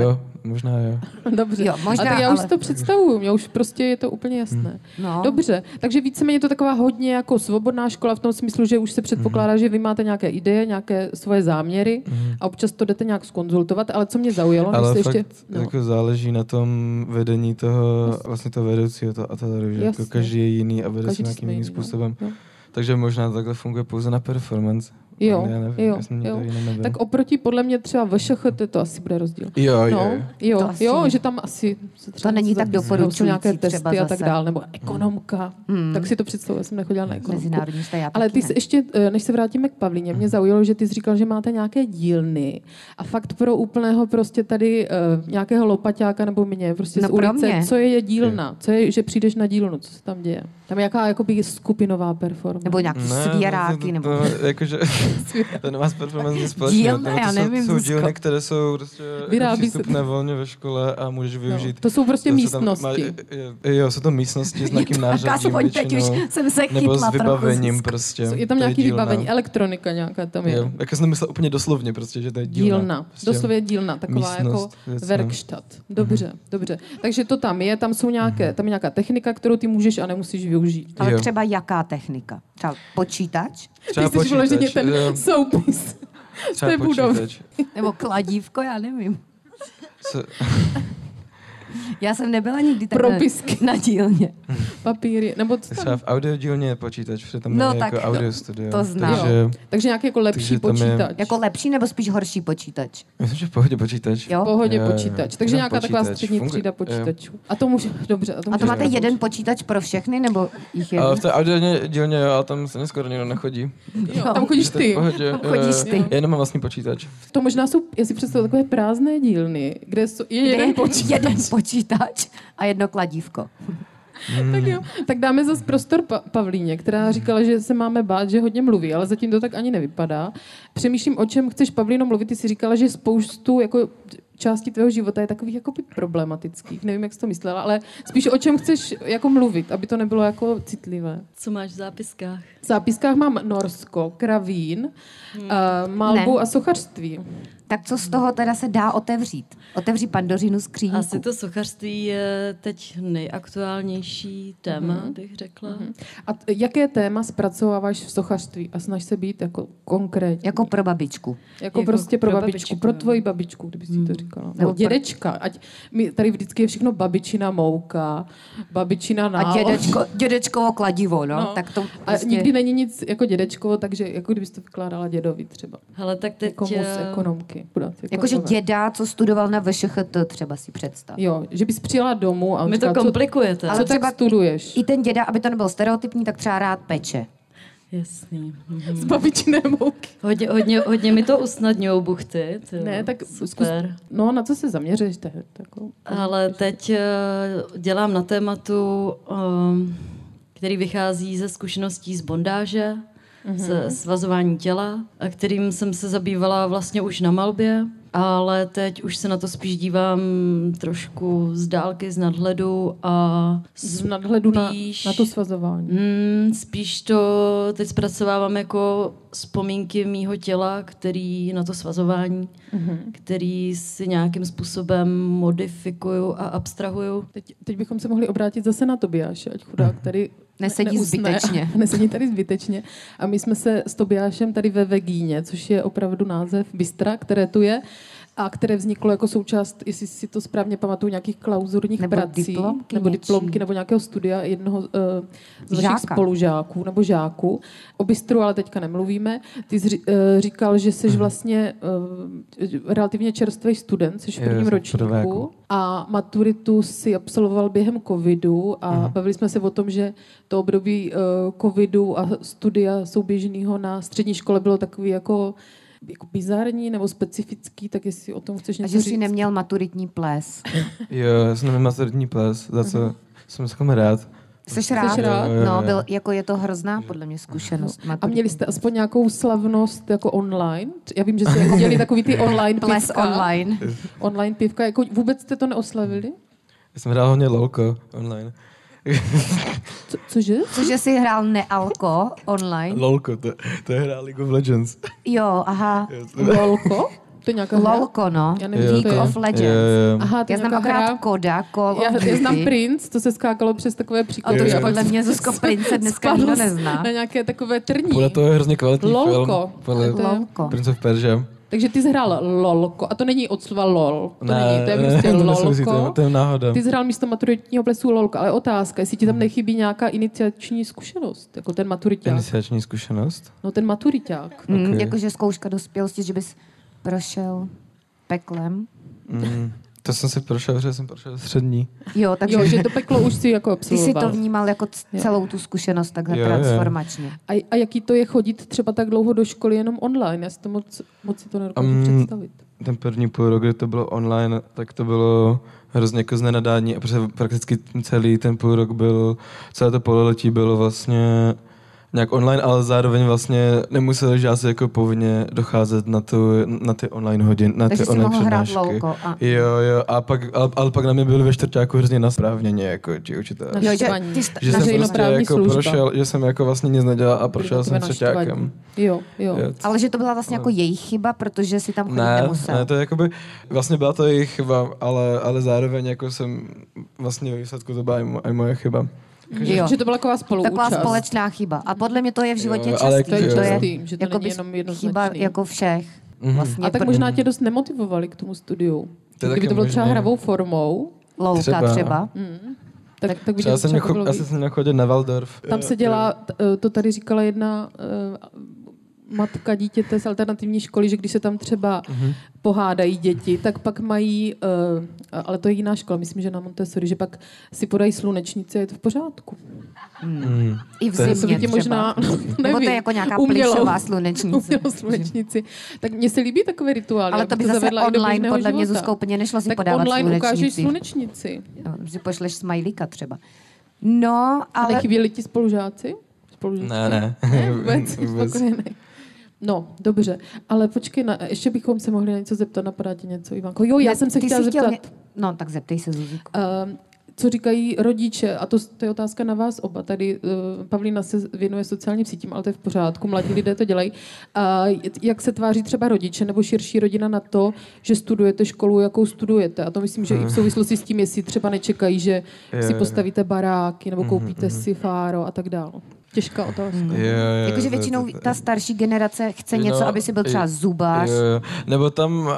Speaker 5: jo, možná jo.
Speaker 4: Dobře.
Speaker 3: Jo, možná,
Speaker 4: a tak já už
Speaker 3: ale-
Speaker 4: to představuju, já už prostě je to
Speaker 5: Hmm.
Speaker 4: úplně jasné.
Speaker 3: No.
Speaker 4: Dobře, takže víceméně je to taková hodně jako svobodná škola v tom smyslu, že už se předpokládá, že vy máte nějaké ideje, nějaké svoje záměry a občas to jdete nějak skonzultovat, ale co mě zaujalo,
Speaker 5: Hmm. Ale
Speaker 4: ale
Speaker 5: fakt
Speaker 4: ještě...
Speaker 5: no. jako záleží na tom vedení toho, vlastně toho vedoucího to, a to, že jako
Speaker 4: Jasně.
Speaker 5: každý je jiný a vede
Speaker 4: Každý
Speaker 5: se
Speaker 4: jsme
Speaker 5: nějakým jiným
Speaker 4: jiný, no.
Speaker 5: způsobem.
Speaker 4: No.
Speaker 5: Takže možná takhle funguje pouze na performance.
Speaker 4: Jo,
Speaker 5: Ale já nevím,
Speaker 4: jo,
Speaker 5: já jsem
Speaker 4: jo.
Speaker 5: nikdo jiný nebyl.
Speaker 4: Tak oproti podle mě třeba VŠH, to- to asi bude rozdíl.
Speaker 5: jo, jo,
Speaker 4: No,
Speaker 5: jo.
Speaker 4: jo,
Speaker 3: To asi
Speaker 4: jo,
Speaker 3: ne.
Speaker 4: že tam asi... se třeba
Speaker 3: To není
Speaker 4: něco
Speaker 3: tak
Speaker 4: zapíše, jsou
Speaker 3: doporučující
Speaker 4: nějaké
Speaker 3: třeba
Speaker 4: testy a tak
Speaker 3: zase. Hmm.
Speaker 4: dále, nebo ekonomka. Tak si to představuji, já jsem nechodila na ekonomku.
Speaker 3: Mezinárodní vztahy, já
Speaker 4: Ale
Speaker 3: taky
Speaker 4: ty
Speaker 3: ne. Mhm.
Speaker 4: jsi ještě, eh, než se vrátíme k Pavlíně, mě zaujalo, že ty jsi říkal, že máte nějaké dílny a fakt pro úplného prostě tady eh, nějakého lopaťáka nebo mě, prostě
Speaker 3: No
Speaker 4: z
Speaker 3: pro
Speaker 4: ulice,
Speaker 3: mě.
Speaker 4: co je, je dílna, co je, že přijdeš na dílnu, co se tam děje. Tam je jaká jakoby skupinová performance.
Speaker 3: Nebo nějaký
Speaker 5: Ne, vlastně
Speaker 3: svěráky,
Speaker 5: to,
Speaker 3: nebo...
Speaker 5: to, to, jakože, to nemá s performance nic společného.
Speaker 3: Dílna,
Speaker 5: to- to
Speaker 3: já
Speaker 5: jsou-
Speaker 3: nevím,
Speaker 5: Jsou
Speaker 3: Zuzko.
Speaker 5: dílny, které jsou prostě jako
Speaker 4: Vyrábí se-
Speaker 5: přístupné volně ve škole a můžeš využít.
Speaker 4: to jsou prostě
Speaker 5: No. se tam má-
Speaker 4: místnosti.
Speaker 5: je- Jo, jsou to místnosti s nějakým nářadím
Speaker 3: aspoň teď
Speaker 5: většinou,
Speaker 3: už jsem se
Speaker 5: nebo s
Speaker 3: chytla trochu,
Speaker 5: vybavením
Speaker 3: Zuzko.
Speaker 5: prostě.
Speaker 4: je tam
Speaker 5: To
Speaker 4: nějaký
Speaker 5: dílna.
Speaker 4: vybavení, elektronika nějaká tam je.
Speaker 5: Jo, jako jsem to myslel úplně doslovně prostě, že to je dílna.
Speaker 4: Dílna,
Speaker 5: Prostě
Speaker 4: doslově dílna, taková
Speaker 5: místnost, Mhm.
Speaker 4: jako
Speaker 5: věc, no.
Speaker 4: verkštad. Dobře, dobře. Takže to tam je, tam jsou
Speaker 5: Mhm.
Speaker 4: nějaké, tam je nějaká technika, kterou ty můžeš a nemusíš využít.
Speaker 3: Ale
Speaker 5: Jo.
Speaker 3: třeba jaká technika? Třeba počítač?
Speaker 5: Třeba
Speaker 4: ty jsi vyloženě
Speaker 5: počítač,
Speaker 4: ten
Speaker 5: jo,
Speaker 4: soupis z
Speaker 5: třeba
Speaker 4: té budovy.
Speaker 5: počítač.
Speaker 3: Nebo kladívko? Já nevím.
Speaker 5: Co-
Speaker 3: Já jsem nebyla nikdy tak
Speaker 4: Propisky.
Speaker 3: na dílně.
Speaker 4: Papíry, nebo co tam?
Speaker 5: Třeba v audiodílně je počítač, protože tam
Speaker 3: No
Speaker 5: je
Speaker 3: tak
Speaker 5: jako
Speaker 3: to-
Speaker 5: audio studio.
Speaker 3: to znám.
Speaker 5: Takže
Speaker 4: Takže nějaký jako lepší
Speaker 5: Takže tam je-
Speaker 4: počítač.
Speaker 3: Jako lepší nebo spíš horší počítač?
Speaker 5: myslím, že v pohodě počítač.
Speaker 3: Jo?
Speaker 4: v pohodě
Speaker 5: Jo, jo,
Speaker 4: počítač.
Speaker 5: jo.
Speaker 4: Takže
Speaker 5: Jo,
Speaker 4: nějaká taková
Speaker 5: počítač,
Speaker 4: střední
Speaker 5: funguje.
Speaker 4: třída
Speaker 5: Jo.
Speaker 4: počítačů. A to může, dobře. A to,
Speaker 3: A to
Speaker 4: může
Speaker 3: máte jeden počítač pro všechny, nebo jich je
Speaker 5: A v té audiodílně dílně, jo, a tam se neskoro nikdo nechodí.
Speaker 4: Jo, tam chodíš
Speaker 5: Takže to je
Speaker 4: ty.
Speaker 5: v pohodě.
Speaker 3: Tam chodíš
Speaker 5: Jo,
Speaker 3: ty.
Speaker 5: Já jenom mám vlastní počítač.
Speaker 4: To možná jsou, já si představuji takové prázdné dílny, kde jsou, je
Speaker 3: Kde
Speaker 4: jeden
Speaker 3: je
Speaker 4: počítač.
Speaker 3: jeden počítač a jedno kladívko.
Speaker 4: Tak jo, tak dáme zase prostor pa- Pavlíně, která říkala, že se máme bát, že hodně mluví, ale zatím to tak ani nevypadá. Přemýšlím, o čem chceš, Pavlíno, mluvit. Ty jsi říkala, že spoustu jako části tvého života je takových jako problematických. Nevím, jak jsi to myslela, ale spíš o čem chceš jako mluvit, aby to nebylo jako citlivé.
Speaker 6: Co máš v zápiskách?
Speaker 4: V zápiskách mám Norsko, Kravín, hmm. malbu
Speaker 3: Ne.
Speaker 4: a sochařství.
Speaker 3: Tak co z toho teda se dá otevřít? Otevří pandořinu skříňku.
Speaker 6: Asi to sochařství je teď nejaktuálnější téma,
Speaker 4: Mhm.
Speaker 6: mm-hmm. bych řekla. Mm-hmm.
Speaker 4: A t- jaké téma zpracováváš v sochařství a snaž se být jako konkrétní?
Speaker 3: Jako pro babičku.
Speaker 4: Jako, jako prostě pro, pro babičku, babičku, pro tvoji babičku, kdyby si to říkala. Nebo
Speaker 3: Nebo pro-
Speaker 4: dědečka. Ať mi tady vždycky je všechno babičina mouka, babičina nál.
Speaker 3: A dědečko, dědečkovo kladivo, no.
Speaker 4: No.
Speaker 3: Tak to
Speaker 4: A
Speaker 3: prostě...
Speaker 4: nikdy není nic jako dědečkovo, takže jako kdybys to vykládala dědovi třeba.
Speaker 6: Hele, tak teď...
Speaker 4: Jako mu z
Speaker 6: eh,
Speaker 4: ekonomky. Budát, jako
Speaker 3: Jakože
Speaker 4: nové.
Speaker 3: děda, co studoval na VŠHT, třeba si představ.
Speaker 4: Jo, že bys přijela domů a on
Speaker 6: My to
Speaker 4: říká, co-
Speaker 6: komplikujete.
Speaker 4: Co, tak
Speaker 3: třeba-
Speaker 4: studuješ?
Speaker 3: I ten děda, aby to nebylo stereotypní, tak třeba rád peče.
Speaker 6: Jasný.
Speaker 4: Z babičiné mouky.
Speaker 6: Hodně, hodně, hodně mi to usnadňují buchty. Ty, jo.
Speaker 4: Ne, tak zkus,
Speaker 6: Super.
Speaker 4: no na co se zaměřuješ teď? Jako,
Speaker 6: Ale teď eh, dělám na tématu, ehm, který vychází ze zkušeností z bondáže,
Speaker 4: Mhm.
Speaker 6: mm-hmm. svazování těla, a kterým jsem se zabývala vlastně už na malbě, ale teď už se na to spíš dívám trošku z dálky, z nadhledu a
Speaker 4: Z nadhledu na,
Speaker 6: spíš-
Speaker 4: na to svazování.
Speaker 6: Mm, spíš to teď zpracovávám jako vzpomínky mýho těla, který na to svazování, mm-hmm. který si nějakým způsobem modifikuju a abstrahuju.
Speaker 4: Teď, teď bychom se mohli obrátit zase na Tobiáše, ať chudák tady
Speaker 3: Mhm. Nesedí zbytečně.
Speaker 4: Nesedí tady zbytečně. A my jsme se s Tobiášem tady ve Vegíně, což je opravdu název Bystra, které tu je, a které vzniklo jako součást, jestli si to správně pamatuju, nějakých klauzurních
Speaker 3: Nebo
Speaker 4: prací,
Speaker 3: diplomky
Speaker 4: nebo
Speaker 3: něčí.
Speaker 4: diplomky, nebo nějakého studia jednoho uh, z našich
Speaker 3: Žáka.
Speaker 4: spolužáků nebo žáků. O bistru ale teďka nemluvíme. Ty jsi uh, říkal, že
Speaker 3: Mhm.
Speaker 4: jsi vlastně uh, relativně čerstvý student, jsi v
Speaker 5: Jo,
Speaker 4: prvním
Speaker 5: jsem v
Speaker 4: ročníku.
Speaker 5: prváku.
Speaker 4: A maturitu si absolvoval během covidu a mm. bavili jsme se o tom, že to období eh, covidu a studia souběžného na střední škole bylo takový jako, jako bizarní nebo specifický, tak jestli o tom chceš
Speaker 3: A
Speaker 4: něco
Speaker 3: že
Speaker 4: říct.
Speaker 3: jsi neměl maturitní ples.
Speaker 5: Jo, jsem neměl maturitní ples, za co jsem s rád.
Speaker 3: Seš rád?
Speaker 4: rád?
Speaker 5: Jo, jo,
Speaker 3: No,
Speaker 5: jo.
Speaker 3: byl, jako je to hrozná podle mě zkušenost.
Speaker 4: a
Speaker 3: maturitní.
Speaker 4: měli jste aspoň nějakou slavnost jako online? Já vím, že jste jako měli takový ty online
Speaker 3: ples
Speaker 4: pivka.
Speaker 3: online.
Speaker 4: Online pivka. Jako vůbec jste to neoslavili?
Speaker 5: Já jsem hrál hodně lolko online.
Speaker 4: Co, cože?
Speaker 3: Cože jsi hrál nealko online?
Speaker 5: Lolko, to, to je hra League of Legends.
Speaker 3: Jo, aha.
Speaker 4: Lolko? To je nějaká hra?
Speaker 3: Lolko, no.
Speaker 4: Já nevím,
Speaker 3: League
Speaker 4: to je.
Speaker 3: of Legends.
Speaker 5: Jo, jo.
Speaker 4: Aha, to
Speaker 3: Já
Speaker 4: je
Speaker 3: znám
Speaker 4: nějaká
Speaker 3: akorát
Speaker 4: hra.
Speaker 3: Koda, Call of
Speaker 4: Já, já znám
Speaker 3: Duty.
Speaker 4: Prince, to se skákalo přes takové
Speaker 3: Ale
Speaker 4: příkopy.
Speaker 3: to už
Speaker 4: a pak
Speaker 3: podle mě Zuzko Prince dneska
Speaker 4: spadl
Speaker 3: nikdo
Speaker 4: s-
Speaker 3: nezná.
Speaker 4: Na nějaké takové trní.
Speaker 5: Podle toho je hrozně kvalitní
Speaker 4: Lolko.
Speaker 5: film. Podle
Speaker 4: To je-
Speaker 3: Lolko.
Speaker 5: Prince of Persia.
Speaker 4: Takže ty zhrál lolko. A to není od slova lol. To
Speaker 5: Ne,
Speaker 4: není, to je
Speaker 5: ne,
Speaker 4: prostě
Speaker 5: to nesouvisí, to je-
Speaker 4: lolko.
Speaker 5: to je náhoda.
Speaker 4: Ty zhrál místo maturitního plesu lolko, ale otázka, jestli ti tam nechybí nějaká iniciační zkušenost, jako ten maturiták.
Speaker 5: Iniciační zkušenost?
Speaker 4: No ten maturiták.
Speaker 3: Mm,
Speaker 5: Ok.
Speaker 3: Jakože zkouška dospělosti, že bys prošel peklem.
Speaker 5: Mm, to jsem si prošel, že jsem prošel střední.
Speaker 3: Jo, takže
Speaker 4: Jo, že to peklo už si jako
Speaker 3: ty si
Speaker 4: absolvoval.
Speaker 3: to vnímal jako c- celou tu zkušenost takhle
Speaker 5: Jo, jo.
Speaker 3: transformačně.
Speaker 4: a, a, jaký to je chodit třeba tak dlouho do školy jenom online? Já si to moc, moc si to nedokážu
Speaker 5: Mm.
Speaker 4: představit.
Speaker 5: Ten první půl rok, kdy to bylo online, tak to bylo hrozně jako znenadání, protože prakticky celý ten půl rok byl, celé to pololetí bylo vlastně nějak online, ale zároveň vlastně nemuseli žáci jako povinně docházet na, tu, na ty online hodin, na
Speaker 3: Takže
Speaker 5: ty
Speaker 3: jsi
Speaker 5: online
Speaker 3: mohl hrát
Speaker 5: přednášky.
Speaker 3: louko a-
Speaker 5: Jo, jo, a pak, ale, ale pak na mě byli ve čtvrtáku hrozně nasprávněně, jako ti učitelé.
Speaker 4: Na
Speaker 3: Jo, že
Speaker 4: Naštvaní.
Speaker 3: ty jsi- na
Speaker 5: Že jsem
Speaker 3: veřejno-
Speaker 5: prostě
Speaker 4: veřejnoprávní
Speaker 5: jako
Speaker 4: služba.
Speaker 5: prošel, že jsem jako vlastně nic nedělal a prošel
Speaker 4: Byli takové
Speaker 5: jsem
Speaker 4: naštvaní.
Speaker 5: třetíákem.
Speaker 4: Jo, jo.
Speaker 5: Jo.
Speaker 3: Ale že to byla vlastně jako jejich chyba, protože si tam chodit
Speaker 5: Ne,
Speaker 3: nemusel.
Speaker 5: ne, to je jakoby, vlastně byla to jejich chyba, ale, ale zároveň jako jsem, vlastně ve výsledku to byla i, mo, i moje chyba.
Speaker 3: jo.
Speaker 4: Že to byla
Speaker 3: Taková
Speaker 4: taková spoluúčast.
Speaker 3: společná chyba. A podle mě to je v životě
Speaker 5: Jo,
Speaker 3: jo,
Speaker 5: ale jako,
Speaker 3: častý.
Speaker 5: to je
Speaker 3: že to je
Speaker 4: častý, že to
Speaker 3: jakoby
Speaker 4: není jenom jednoznačný.
Speaker 3: chyba jako všech.
Speaker 5: Mhm.
Speaker 3: Vlastně
Speaker 4: A tak
Speaker 3: pro-
Speaker 4: možná tě dost nemotivovali k tomu studiu.
Speaker 5: To je
Speaker 4: Kdyby
Speaker 5: taky
Speaker 4: to bylo třeba
Speaker 5: možný.
Speaker 4: hravou formou,
Speaker 3: Louka třeba.
Speaker 5: Třeba. no.
Speaker 3: třeba.
Speaker 4: tak, tak, by tě
Speaker 5: Třeba
Speaker 4: to
Speaker 5: jsem
Speaker 4: třeba
Speaker 5: měl,
Speaker 4: bavilo
Speaker 5: asi
Speaker 4: víc.
Speaker 5: jsem měl chodit na Waldorf.
Speaker 4: Tam se dělá, t- eh, to tady říkala jedna eh, matka dítěte z alternativní školy, že když se tam třeba
Speaker 5: Mhm.
Speaker 4: pohádají děti, tak pak mají, eh, ale to je jiná škola, myslím, že na Montessori, že pak si podají slunečnici a je to v pořádku.
Speaker 3: I v
Speaker 5: To je-
Speaker 3: zimě
Speaker 4: To by tě
Speaker 3: třeba.
Speaker 4: možná,
Speaker 3: Nebo
Speaker 4: nevím,
Speaker 3: to je jako nějaká
Speaker 4: umělou-
Speaker 3: plišová slunečnice.
Speaker 4: umělou slunečnici. Tak mně se líbí takové rituály.
Speaker 3: Ale
Speaker 4: já
Speaker 3: to by
Speaker 4: bych
Speaker 3: zase
Speaker 4: zavedla i do
Speaker 3: online
Speaker 4: běžného
Speaker 3: podle mě
Speaker 4: života.
Speaker 3: Zuzka úplně nešla si
Speaker 4: tak
Speaker 3: podávat
Speaker 4: online ukážeš
Speaker 3: slunečnici.
Speaker 4: slunečnici.
Speaker 3: No, Že pošleš smajlíka třeba. No,
Speaker 4: Ale
Speaker 3: ale
Speaker 4: chyběli ti spolužáci? spolužáci?
Speaker 5: Ne, ne.
Speaker 4: ne vůbec, vůbec. No, dobře, ale počkej, na, ještě bychom se mohli na něco zeptat, napadá ti něco, Ivanko? Jo, já
Speaker 3: Ne,
Speaker 4: jsem se
Speaker 3: no, ty
Speaker 4: chtěla
Speaker 3: jsi
Speaker 4: zeptat, mě...
Speaker 3: mě- No, tak zeptej se, Zuzíku.
Speaker 4: uh, co říkají rodiče, a to, to je otázka na vás oba, tady uh, Pavlína se věnuje sociálním sítím, ale to je v pořádku, mladí lidé to dělají. Uh, jak se tváří třeba rodiče nebo širší rodina na to, že studujete školu, jakou studujete? A to myslím,
Speaker 5: Hmm.
Speaker 4: že i v souvislosti s tím, jestli třeba nečekají, že
Speaker 5: Jo,
Speaker 4: si
Speaker 5: jo.
Speaker 4: postavíte baráky
Speaker 5: Mhm,
Speaker 4: nebo koupíte si fáro a tak dále. Těžká otázka.
Speaker 5: Eh,
Speaker 3: Jakože většinou ta starší generace chce
Speaker 5: no,
Speaker 3: něco, aby si byl třeba zubář.
Speaker 5: Jo, jo. Nebo tam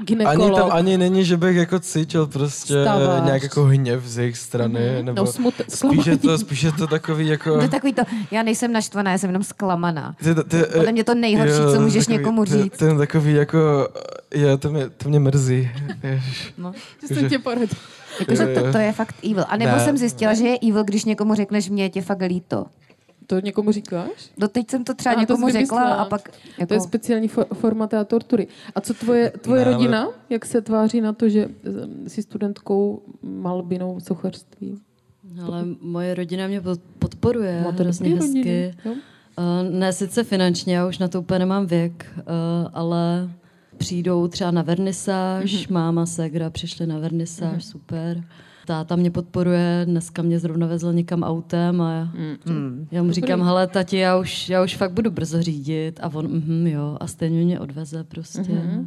Speaker 5: eh,
Speaker 4: Gynekolog.
Speaker 5: ani tam ani není, že bych jako cítil prostě
Speaker 4: Stavář.
Speaker 5: Stavář. nějak jako hněv z jejich strany. Nebo
Speaker 4: No, smut-
Speaker 5: spíš, je to, spíš je to takový jako...
Speaker 3: To je takový to, já nejsem naštvaná, já jsem jenom zklamaná.
Speaker 5: Ty, ty,
Speaker 3: Podle mě to nejhorší, co můžeš někomu říct.
Speaker 5: Ten takový jako, je, to mě, to mě mrzí. Ježiš.
Speaker 4: Že jsem tě poradil.
Speaker 3: Jakože
Speaker 5: Jo, jo.
Speaker 3: to, to je fakt evil. A nebo
Speaker 5: Eh, Ne.
Speaker 3: jsem zjistila, že je evil, když někomu řekneš, mě je tě fakt líto.
Speaker 4: To někomu říkáš?
Speaker 3: Doteď jsem to třeba
Speaker 4: A, to
Speaker 3: někomu
Speaker 4: jsi
Speaker 3: řekla
Speaker 4: vymyslela.
Speaker 3: a pak...
Speaker 4: Jako... To je speciální for- forma té tortury. A co tvoje, tvoje
Speaker 5: Ne, ale-
Speaker 4: rodina? Jak se tváří na to, že eh, jsi studentkou malbinou sochařství?
Speaker 6: Ale moje rodina mě pod- podporuje
Speaker 4: Máte
Speaker 6: hrozně
Speaker 4: dobrý rodinu,
Speaker 6: hezky.
Speaker 4: jo?
Speaker 6: A Eh, Ne sice finančně, já už na to úplně nemám věk, eh, ale přijdou třeba na vernisáž, mm-hmm. máma, ségra přišli na vernisáž, mm-hmm. super. Táta mě podporuje, dneska mě zrovna vezl někam autem a mm-hmm. já mu říkám, hele tati, já už, já už fakt budu brzo řídit a on, mhm, jo, a stejně mě odveze prostě. Mm-hmm.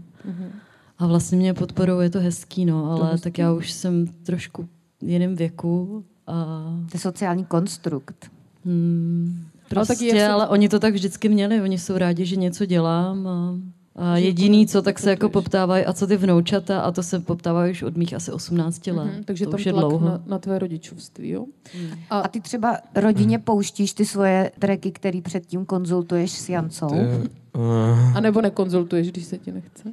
Speaker 6: A vlastně mě podporou, je to hezký, no, ale tak já už jsem trošku v jiném věku a
Speaker 3: To je sociální konstrukt.
Speaker 4: Ale
Speaker 6: Prostě,
Speaker 4: taky
Speaker 6: ale,
Speaker 4: jak se-
Speaker 6: ale oni to tak vždycky měli, oni jsou rádi, že něco dělám a, a jediný, co tak se jako poptávají, a co ty vnoučata, a to se poptávají už od mých asi 18 let.
Speaker 4: Mhm, takže
Speaker 6: to
Speaker 4: tam
Speaker 6: už je
Speaker 4: tlak
Speaker 6: dlouho.
Speaker 4: Na, na tvé rodičovství, jo?
Speaker 3: A ty třeba rodině pouštíš ty svoje tracky, které předtím konzultuješ s Jancou.
Speaker 5: To je, eh,
Speaker 4: A nebo nekonzultuješ, když se ti nechce?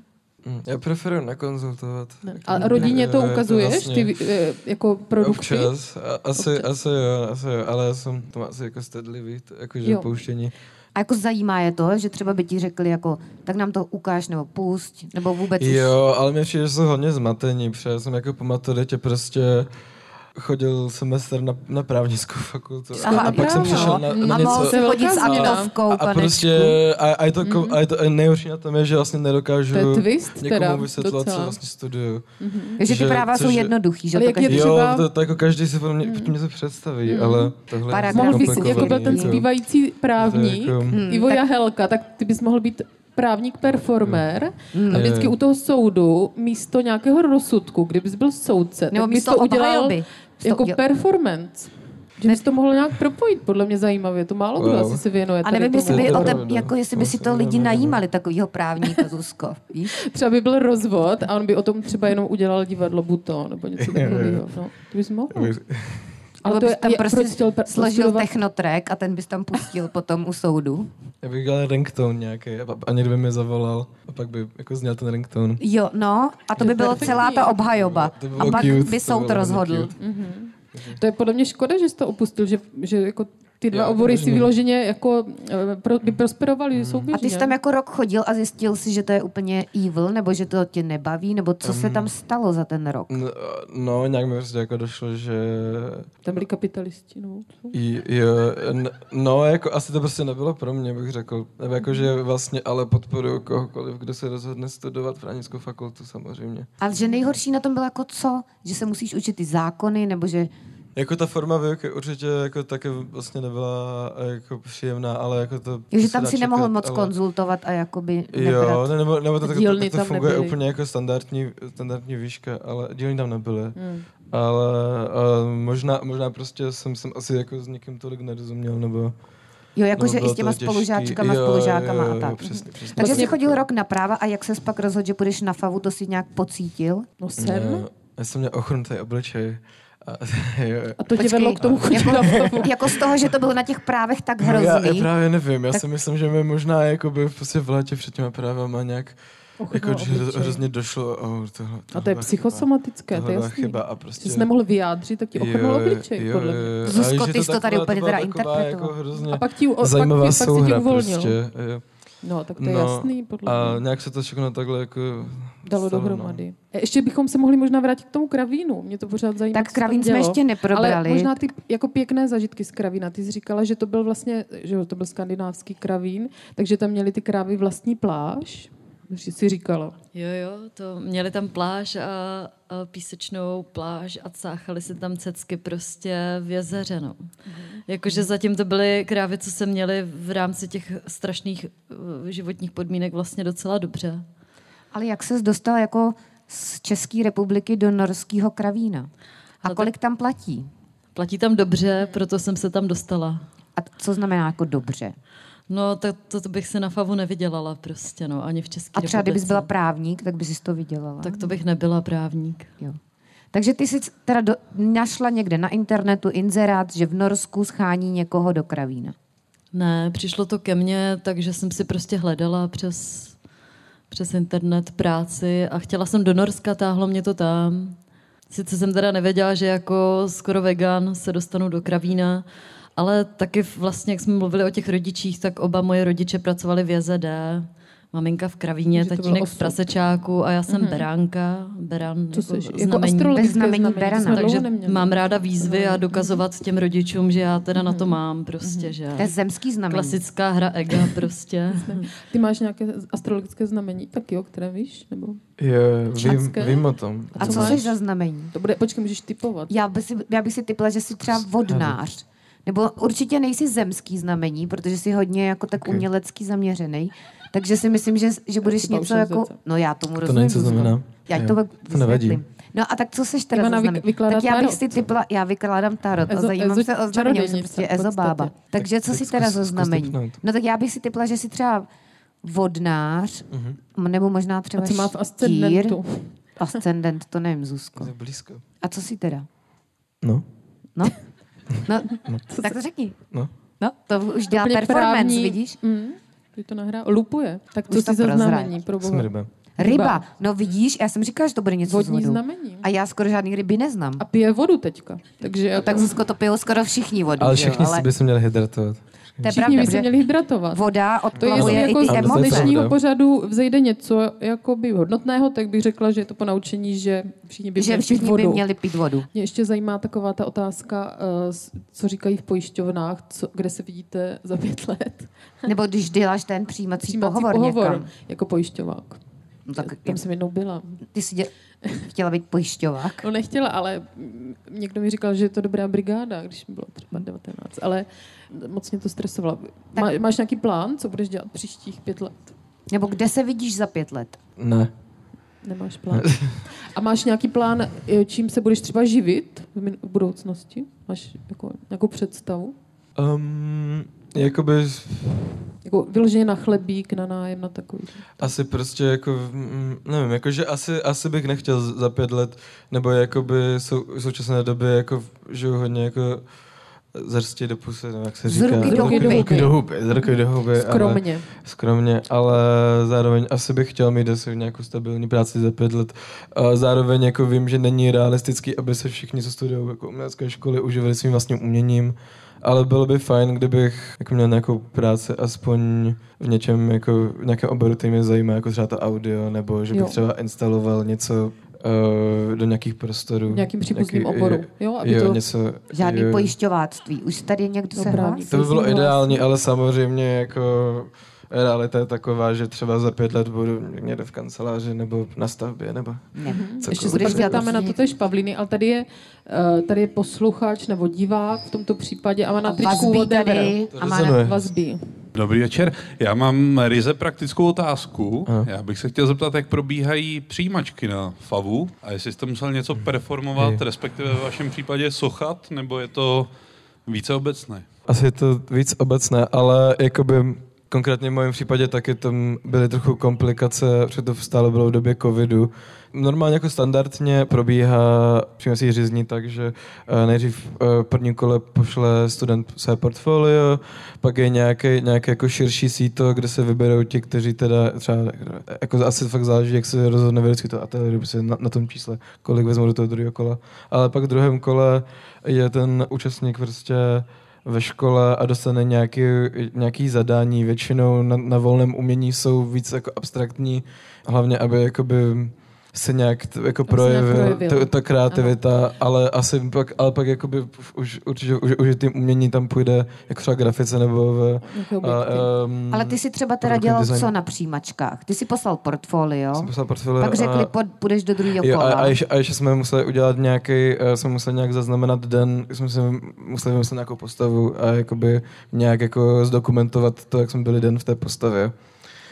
Speaker 5: mm, já preferuju nekonzultovat.
Speaker 4: A rodině to
Speaker 5: Eh,
Speaker 4: ukazuješ,
Speaker 5: vlastně-
Speaker 4: ty eh, jako produkty?
Speaker 5: Občas, a, asi,
Speaker 4: Občas.
Speaker 5: Občas. Asi, jo, asi jo, ale já jsem tam asi jako stydlivý, t- jakože
Speaker 4: Jo.
Speaker 5: jo. pouštění.
Speaker 3: A jako zajímá je to, že třeba by ti řekli jako, tak nám to ukáž nebo pust, nebo vůbec už.
Speaker 5: Jo, ale mě přijde, že jsou hodně zmatení, protože já jsem jako po maturitě prostě chodil semestr na, na právnickou fakultu a, a pak jsem
Speaker 4: právě,
Speaker 5: přišel na, na
Speaker 3: a Mhm. mohl
Speaker 5: něco...
Speaker 3: jsi
Speaker 4: To je
Speaker 3: chodit s
Speaker 4: velká změna.
Speaker 3: aktovkou,
Speaker 5: A, a
Speaker 3: konečku.
Speaker 5: prostě, a, a, je to, mm-hmm. a, je to, a nejhorší na tom je, že vlastně nedokážu
Speaker 4: To je twist teda
Speaker 5: někomu vysvětlovat,
Speaker 4: docela.
Speaker 5: co vlastně studuju.
Speaker 3: že ty
Speaker 5: že-
Speaker 3: práva
Speaker 5: což
Speaker 3: jsou
Speaker 5: je-
Speaker 3: jednoduchý, že
Speaker 4: Ale
Speaker 3: to
Speaker 4: jak je
Speaker 3: každý-
Speaker 4: to
Speaker 5: Jo,
Speaker 4: třeba-
Speaker 5: to, to jako každý si podle mě,
Speaker 3: Mhm.
Speaker 5: mm. něco představí, mm. ale tohle
Speaker 3: Paragraf.
Speaker 5: je
Speaker 4: Mohl bys,
Speaker 5: komplikovaný,
Speaker 4: jako byl ten zpívající právník,
Speaker 5: jako-
Speaker 3: Hmm.
Speaker 4: Ivo Jahelka, tak ty bys mohl být právník performer
Speaker 5: Hmm.
Speaker 4: a vždycky u toho soudu místo nějakého rozsudku, kdybys byl soudce,
Speaker 3: Nebo
Speaker 4: tak bys
Speaker 3: místo
Speaker 4: to udělal
Speaker 3: obhajoby.
Speaker 4: jako
Speaker 3: Místo-
Speaker 4: performance. Že bys to mohlo nějak propojit, podle mě zajímavě, to málo kdo
Speaker 5: Wow.
Speaker 4: asi se věnuje.
Speaker 3: A
Speaker 4: tady
Speaker 3: nevím,
Speaker 4: tomu.
Speaker 3: jestli by,
Speaker 5: To
Speaker 3: o
Speaker 5: je
Speaker 3: teb,
Speaker 5: pravda.
Speaker 3: jako jestli by
Speaker 5: To
Speaker 3: si
Speaker 5: se
Speaker 3: to lidi
Speaker 5: nevím.
Speaker 3: najímali, takovýho právníka, Zuzko. Víš?
Speaker 4: Třeba by byl rozvod a on by o tom třeba jenom udělal divadlo Buto nebo něco takového. No, to bys mohl.
Speaker 3: Ale
Speaker 4: to
Speaker 3: bys
Speaker 4: je-
Speaker 3: tam
Speaker 4: je-
Speaker 3: prostě
Speaker 4: proč chtěl pra-
Speaker 3: složil
Speaker 4: prostudovat-
Speaker 3: technotrek a ten bys tam pustil potom u soudu.
Speaker 5: Já bych dělal ringtone nějaký a, a někdo by mě zavolal a pak by jako zněl ten ringtone. No,
Speaker 3: Jo, no, a to by byla celá ta obhajoba.
Speaker 5: To by
Speaker 3: A
Speaker 5: bylo
Speaker 3: pak
Speaker 5: cute,
Speaker 3: by
Speaker 5: to
Speaker 3: soud
Speaker 5: bylo
Speaker 3: rozhodl.
Speaker 5: cute.
Speaker 4: To je podle mě škoda, že jsi to opustil, že, že jako ty dva
Speaker 5: Jo,
Speaker 4: obory si
Speaker 5: možný.
Speaker 4: vyloženě jako eh, pro,
Speaker 5: Hmm.
Speaker 4: by prosperovaly souběžně.
Speaker 3: A ty jsi tam jako rok chodil a zjistil si, že to je úplně evil, nebo že to tě nebaví, nebo co se tam stalo za ten rok?
Speaker 5: No, no, nějak mi prostě jako došlo, že...
Speaker 4: Tam byli kapitalisti, no.
Speaker 5: j- j- n- No, jako asi to prostě nebylo pro mě, bych řekl. Nebo jako, že vlastně ale podporuju kohokoliv, kdo se rozhodne studovat právnickou fakultu samozřejmě.
Speaker 3: A že nejhorší na tom bylo jako co? Že se musíš učit ty zákony, nebo že...
Speaker 5: Jako ta forma výuky určitě jako taky vlastně nebyla eh, jako příjemná, ale jako to...
Speaker 3: Jo, že
Speaker 5: se
Speaker 3: tam
Speaker 5: dá
Speaker 3: si nemohl
Speaker 5: čekat,
Speaker 3: moc
Speaker 5: ale-
Speaker 3: konzultovat a jakoby
Speaker 5: Jo,
Speaker 3: nebrat.
Speaker 5: ne, nebo, nebo to, tak,
Speaker 4: Dílny
Speaker 5: tak to
Speaker 4: tam
Speaker 5: funguje
Speaker 4: nebyly.
Speaker 5: úplně jako standardní, standardní výška, ale dílny tam nebyly. Hmm. Ale uh, možná, možná prostě jsem, jsem asi jako s někým tolik nerozuměl, nebo...
Speaker 3: Jo, jakože
Speaker 5: nebo
Speaker 3: i
Speaker 5: No, bylo
Speaker 3: s těma
Speaker 5: to těžký.
Speaker 3: spolužáčkama,
Speaker 5: Jo,
Speaker 3: spolužákama
Speaker 5: jo,
Speaker 3: a
Speaker 5: jo,
Speaker 3: tak.
Speaker 5: Přesně, přesně.
Speaker 3: Takže jsi
Speaker 4: Vlastně-
Speaker 3: chodil rok na práva a jak ses pak rozhodl, že půjdeš na favu, to si nějak pocítil?
Speaker 4: No sen.
Speaker 5: Jo, Já jsem měl ochrnutý obličej. A, jo.
Speaker 4: A to tě
Speaker 3: Počkej.
Speaker 4: vedlo k tomu chodit na favu.
Speaker 3: Jako z toho, že to bylo na těch právech tak
Speaker 5: No, já, já
Speaker 3: hrozný.
Speaker 5: právě nevím, já si myslím, že mi možná jakoby prostě v létě před těma právama nějak jako,
Speaker 4: Ochutnal
Speaker 5: že
Speaker 4: obličej.
Speaker 5: hro- hrozně došlo, oh, tohle,
Speaker 4: A
Speaker 5: tohle
Speaker 4: to je
Speaker 5: byla
Speaker 4: psychosomatické,
Speaker 5: chyba,
Speaker 4: to
Speaker 5: tohle
Speaker 4: je
Speaker 5: byla
Speaker 4: jasný.
Speaker 5: chyba a prostě...
Speaker 4: Že jsi nemohl vyjádřit, tak ti ochrnul obličej, podle mě.
Speaker 5: jo.
Speaker 3: Zuzko,
Speaker 5: A že
Speaker 3: ty jsi to tady
Speaker 5: byla-
Speaker 3: úplně
Speaker 5: byla
Speaker 3: teda
Speaker 5: taková
Speaker 3: interpretovala.
Speaker 5: Jako hrozně
Speaker 4: A pak ti, o,
Speaker 5: zajímavá
Speaker 4: pak, ti- pak se ti
Speaker 5: souhra
Speaker 4: uvolnil.
Speaker 5: prostě. jo.
Speaker 4: No, tak to je jasný, podle mě.
Speaker 5: a nějak se to všechno takhle jako
Speaker 4: dalo
Speaker 5: stalo,
Speaker 6: no.
Speaker 4: dohromady. E, Ještě bychom se mohli možná vrátit k tomu kravínu. Mě to pořád zajímá.
Speaker 3: Tak
Speaker 4: co tam
Speaker 3: kravín jsme
Speaker 4: dělo.
Speaker 3: ještě neprobrali.
Speaker 4: Ale možná ty jako pěkné zažitky z kravína. Ty jsi říkala, že to byl vlastně, že jo, to byl skandinávský kravín, takže tam měli ty krávy vlastní pláž. Že jsi říkala.
Speaker 6: Jo, jo, to měli tam pláž a, a písečnou pláž a cáchali se tam cecky prostě v jezeře, no.
Speaker 4: Mhm.
Speaker 6: Jakože zatím to byly krávy, co se měly v rámci těch strašných eh, životních podmínek vlastně docela dobře.
Speaker 3: Ale jak ses dostal jako z České republiky do norského kravína? A
Speaker 6: tak-
Speaker 3: kolik tam platí?
Speaker 6: Platí tam dobře,
Speaker 4: Mhm.
Speaker 6: proto jsem se tam dostala.
Speaker 3: A co znamená jako dobře?
Speaker 6: No, to, to, to bych se na favu nevydělala prostě, no, ani v České
Speaker 3: A třeba kdybys
Speaker 6: republice.
Speaker 3: byla právník, tak bys to vydělala.
Speaker 6: Tak to bych nebyla právník.
Speaker 3: Jo. Takže ty jsi teda do, našla někde na internetu inzerát, že v Norsku schání někoho do kravína.
Speaker 6: Ne, přišlo to ke mně, takže jsem si prostě hledala přes, přes internet práci a chtěla jsem do Norska, táhlo mě to tam. Sice jsem teda nevěděla, že jako skoro vegan se dostanu do Kravína, ale taky vlastně, jak jsme mluvili o těch rodičích, tak oba moje rodiče pracovali v JZD. maminka v kravíně,
Speaker 4: Že to bylo
Speaker 6: tatínek v
Speaker 4: osud.
Speaker 6: prasečáku a já
Speaker 3: Mhm.
Speaker 6: jsem beránka, beran
Speaker 4: Co jsi,
Speaker 6: jako
Speaker 4: jako
Speaker 6: znamení.
Speaker 4: astrologické
Speaker 3: Bez znamení
Speaker 4: znamení, to
Speaker 3: berana.
Speaker 4: jsme
Speaker 6: No, Takže
Speaker 4: dlouho neměli.
Speaker 6: mám ráda výzvy a dokazovat těm rodičům, že já teda na to
Speaker 4: Mhm.
Speaker 6: mám prostě, že
Speaker 3: To je zemský znamení.
Speaker 6: klasická hra ega prostě.
Speaker 4: Ty máš nějaké astrologické znamení, tak jo, které víš? Nebo...
Speaker 5: Je, vím,
Speaker 4: Čánské.
Speaker 5: vím o tom.
Speaker 3: A co
Speaker 4: máš?
Speaker 3: jsi za znamení?
Speaker 4: To bude, počkej, můžeš typovat.
Speaker 3: Já, by si, já bych si typla, že jsi třeba vodnář. Nebo určitě nejsi zemský znamení, protože jsi hodně jako tak
Speaker 5: Ok.
Speaker 3: umělecký zaměřený. Takže si myslím, že, že budeš
Speaker 4: Chyba už
Speaker 3: něco
Speaker 4: je
Speaker 3: jako...
Speaker 4: zece.
Speaker 3: No já tomu
Speaker 5: To
Speaker 3: rozumím.
Speaker 5: nevím, co
Speaker 3: Zuzko.
Speaker 5: znamená.
Speaker 3: Já ti
Speaker 5: Jo.
Speaker 3: to pak
Speaker 5: To nevadí.
Speaker 3: vysvětlím. No a tak co seš teda
Speaker 4: Ivana
Speaker 3: za
Speaker 4: vyk-
Speaker 3: znamení?
Speaker 4: vykládá
Speaker 3: Tak já bych
Speaker 4: tarot,
Speaker 3: si
Speaker 4: co?
Speaker 3: typla, já vykládám tarot a
Speaker 4: Ezo-
Speaker 3: zajímám
Speaker 4: ezo-
Speaker 3: se o znamení, já
Speaker 4: čarodějnice
Speaker 3: jsem prostě
Speaker 4: v podstatě.
Speaker 3: ezobába. Takže co
Speaker 5: tak
Speaker 3: si
Speaker 5: zkus-
Speaker 3: teda za
Speaker 5: zkus
Speaker 3: znamení?
Speaker 5: typnout.
Speaker 3: No tak já bych si typla, že jsi třeba vodnář, nebo možná
Speaker 4: A
Speaker 3: třeba
Speaker 4: co má v
Speaker 3: štír.
Speaker 4: ascendentu?
Speaker 3: Ascendent, to nevím, Zuzko.
Speaker 5: Je blízko.
Speaker 3: A co si teda?
Speaker 5: No,
Speaker 3: No? No, tak to řekni.
Speaker 5: no.
Speaker 3: No, to už dělá
Speaker 4: Úplně
Speaker 3: performance,
Speaker 4: právní-
Speaker 3: vidíš?
Speaker 4: Mm, ty to nahrá, lupuje. Tak
Speaker 3: Už
Speaker 4: co
Speaker 3: to
Speaker 4: si za
Speaker 3: prozrať.
Speaker 4: znamení, pro
Speaker 5: Jsem
Speaker 4: boha.
Speaker 5: ryba.
Speaker 3: Ryba. No vidíš, já jsem říkala, že to bude něco s
Speaker 4: Vodní
Speaker 3: vodou.
Speaker 4: znamení.
Speaker 3: A já skoro žádný ryby neznám.
Speaker 4: A pije vodu teďka. Takže
Speaker 3: No,
Speaker 4: jako,
Speaker 3: tak Zuzko to pijou skoro všichni vodu.
Speaker 5: Ale
Speaker 3: že jo,
Speaker 5: všichni
Speaker 3: ale
Speaker 5: ale... by se měli hydratovat.
Speaker 3: to je
Speaker 4: všichni
Speaker 3: pravda,
Speaker 4: by se
Speaker 3: že
Speaker 4: měli hydratovat.
Speaker 3: voda
Speaker 4: To je, jestli
Speaker 3: odplavuje i
Speaker 4: jako
Speaker 3: ty
Speaker 4: z
Speaker 5: Ano, to je
Speaker 3: emoce.
Speaker 5: pravda.
Speaker 4: dnešního pořadu vzejde něco jakoby hodnotného, tak bych řekla, že je to ponaučení, že všichni by
Speaker 3: Že
Speaker 4: měli pít
Speaker 3: všichni by
Speaker 4: vodu.
Speaker 3: měli pít vodu.
Speaker 4: Mě ještě zajímá taková ta otázka, eh, s- co říkají v pojišťovnách, co, kde se vidíte za pět let.
Speaker 3: Nebo když děláš ten přijímací,
Speaker 4: Přijímací
Speaker 3: pohovor, někam.
Speaker 4: jako pojišťovák.
Speaker 3: No, tak
Speaker 4: Tak, Tam jsem jednou byla.
Speaker 3: ty jsi dě... chtěla být pojišťovák.
Speaker 4: No nechtěla, ale mm, někdo mi říkal, že je to dobrá brigáda, když mi bylo třeba 19, ale moc mě to stresovalo. Má, máš nějaký plán, co budeš dělat příštích pět let?
Speaker 3: Nebo kde se vidíš za pět let?
Speaker 5: Ne.
Speaker 4: Nemáš plán. A máš nějaký plán, eh, čím se budeš třeba živit v min- v budoucnosti? Máš jako, nějakou představu?
Speaker 5: Um, jakoby
Speaker 4: Jako vyloženě na chlebík, na nájem, na takový.
Speaker 5: asi prostě jako, mm, nevím, jakože asi, asi bych nechtěl z- za pět let, nebo jakoby sou, v současné době jako žiju hodně jako zrsti do pusy, nebo jak se
Speaker 3: Z
Speaker 5: říká.
Speaker 3: ruky do
Speaker 5: z
Speaker 4: huby.
Speaker 5: ruky do huby. Z ruky do huby. Ale,
Speaker 4: Skromně.
Speaker 5: Skromně, ale zároveň asi bych chtěl mít asi nějakou stabilní práci za pět let. A zároveň jako vím, že není realistický, aby se všichni, co studují jako umělecké školy, uživili svým vlastním uměním. Ale bylo by fajn, kdybych jako měl nějakou práci aspoň v něčem, jako v nějakém oboru, který mě zajímá, jako třeba to audio, nebo že bych
Speaker 4: Jo.
Speaker 5: jo. třeba instaloval něco eh, do nějakých prostorů.
Speaker 4: V nějakým příbuzným
Speaker 5: Nějaký-
Speaker 4: oboru. Jo, aby
Speaker 5: jo,
Speaker 4: to-
Speaker 5: něco,
Speaker 3: Žádný
Speaker 5: jo.
Speaker 3: pojišťováctví. Už tady někdo se
Speaker 4: Dobrá.
Speaker 3: hlásí?
Speaker 5: To by bylo
Speaker 4: Souhlasím.
Speaker 5: ideální, ale samozřejmě jako realita je taková, že třeba za pět let budu někde v kanceláři nebo na stavbě nebo
Speaker 3: Ne.
Speaker 4: Ještě se
Speaker 3: Budeš
Speaker 4: pak
Speaker 3: dělat
Speaker 4: zeptáme na to
Speaker 3: prostě-
Speaker 4: tež Pavlíny, ale tady je, eh, tady je posluchač nebo divák v tomto případě a má na
Speaker 3: A
Speaker 4: tričku
Speaker 3: vazbí
Speaker 4: whatever.
Speaker 3: tady. A má na...
Speaker 5: rezonuje.
Speaker 4: Vazbí.
Speaker 7: Dobrý večer. Já mám ryze praktickou otázku.
Speaker 5: Ano.
Speaker 7: Já bych se chtěl zeptat, jak probíhají přijímačky na FAVu a jestli jste musel něco performovat, respektive ve vašem případě sochat, nebo je to více obecné?
Speaker 5: Asi je to víc obecné, ale jakoby konkrétně v mém případě taky tam byly trochu komplikace, protože to stále bylo v době covidu. Normálně jako standardně probíhá přijímací řízení tak, že eh, nejdřív eh, první kole pošle student své portfolio, pak je nějaké, nějaké jako širší síto, kde se vyberou ti, kteří teda třeba, jako asi fakt záleží, jak se rozhodne vědecký to ateliér, prostě na, na, tom čísle, kolik vezmou do toho druhého kola. Ale pak v druhém kole je ten účastník prostě ve škole a dostane nějaký, nějaký zadání. Většinou na, na volném umění jsou víc jako abstraktní, hlavně aby jakoby se nějak t, jako
Speaker 4: se nějak
Speaker 5: projevil,
Speaker 4: projevil.
Speaker 5: projevil. ta kreativita, ale asi pak, ale pak jakoby v- už určitě už, už tím umění tam půjde jako třeba grafice nebo v,
Speaker 4: Nějaké
Speaker 5: a,
Speaker 4: objekty.
Speaker 5: um,
Speaker 3: Ale ty si třeba teda
Speaker 5: Produktový
Speaker 3: dělal
Speaker 5: design.
Speaker 3: co na přijímačkách? Ty si poslal portfolio,
Speaker 5: jsem poslal portfolio
Speaker 3: pak řekli,
Speaker 5: a-
Speaker 3: pod, půjdeš do druhého
Speaker 5: Jo, a,
Speaker 3: kola.
Speaker 5: a, ještě, a ještě jsme museli udělat nějaký, eh, jsme museli nějak zaznamenat den, jsme si museli vymyslet nějakou postavu a jakoby nějak jako zdokumentovat to, jak jsme byli den v té postavě.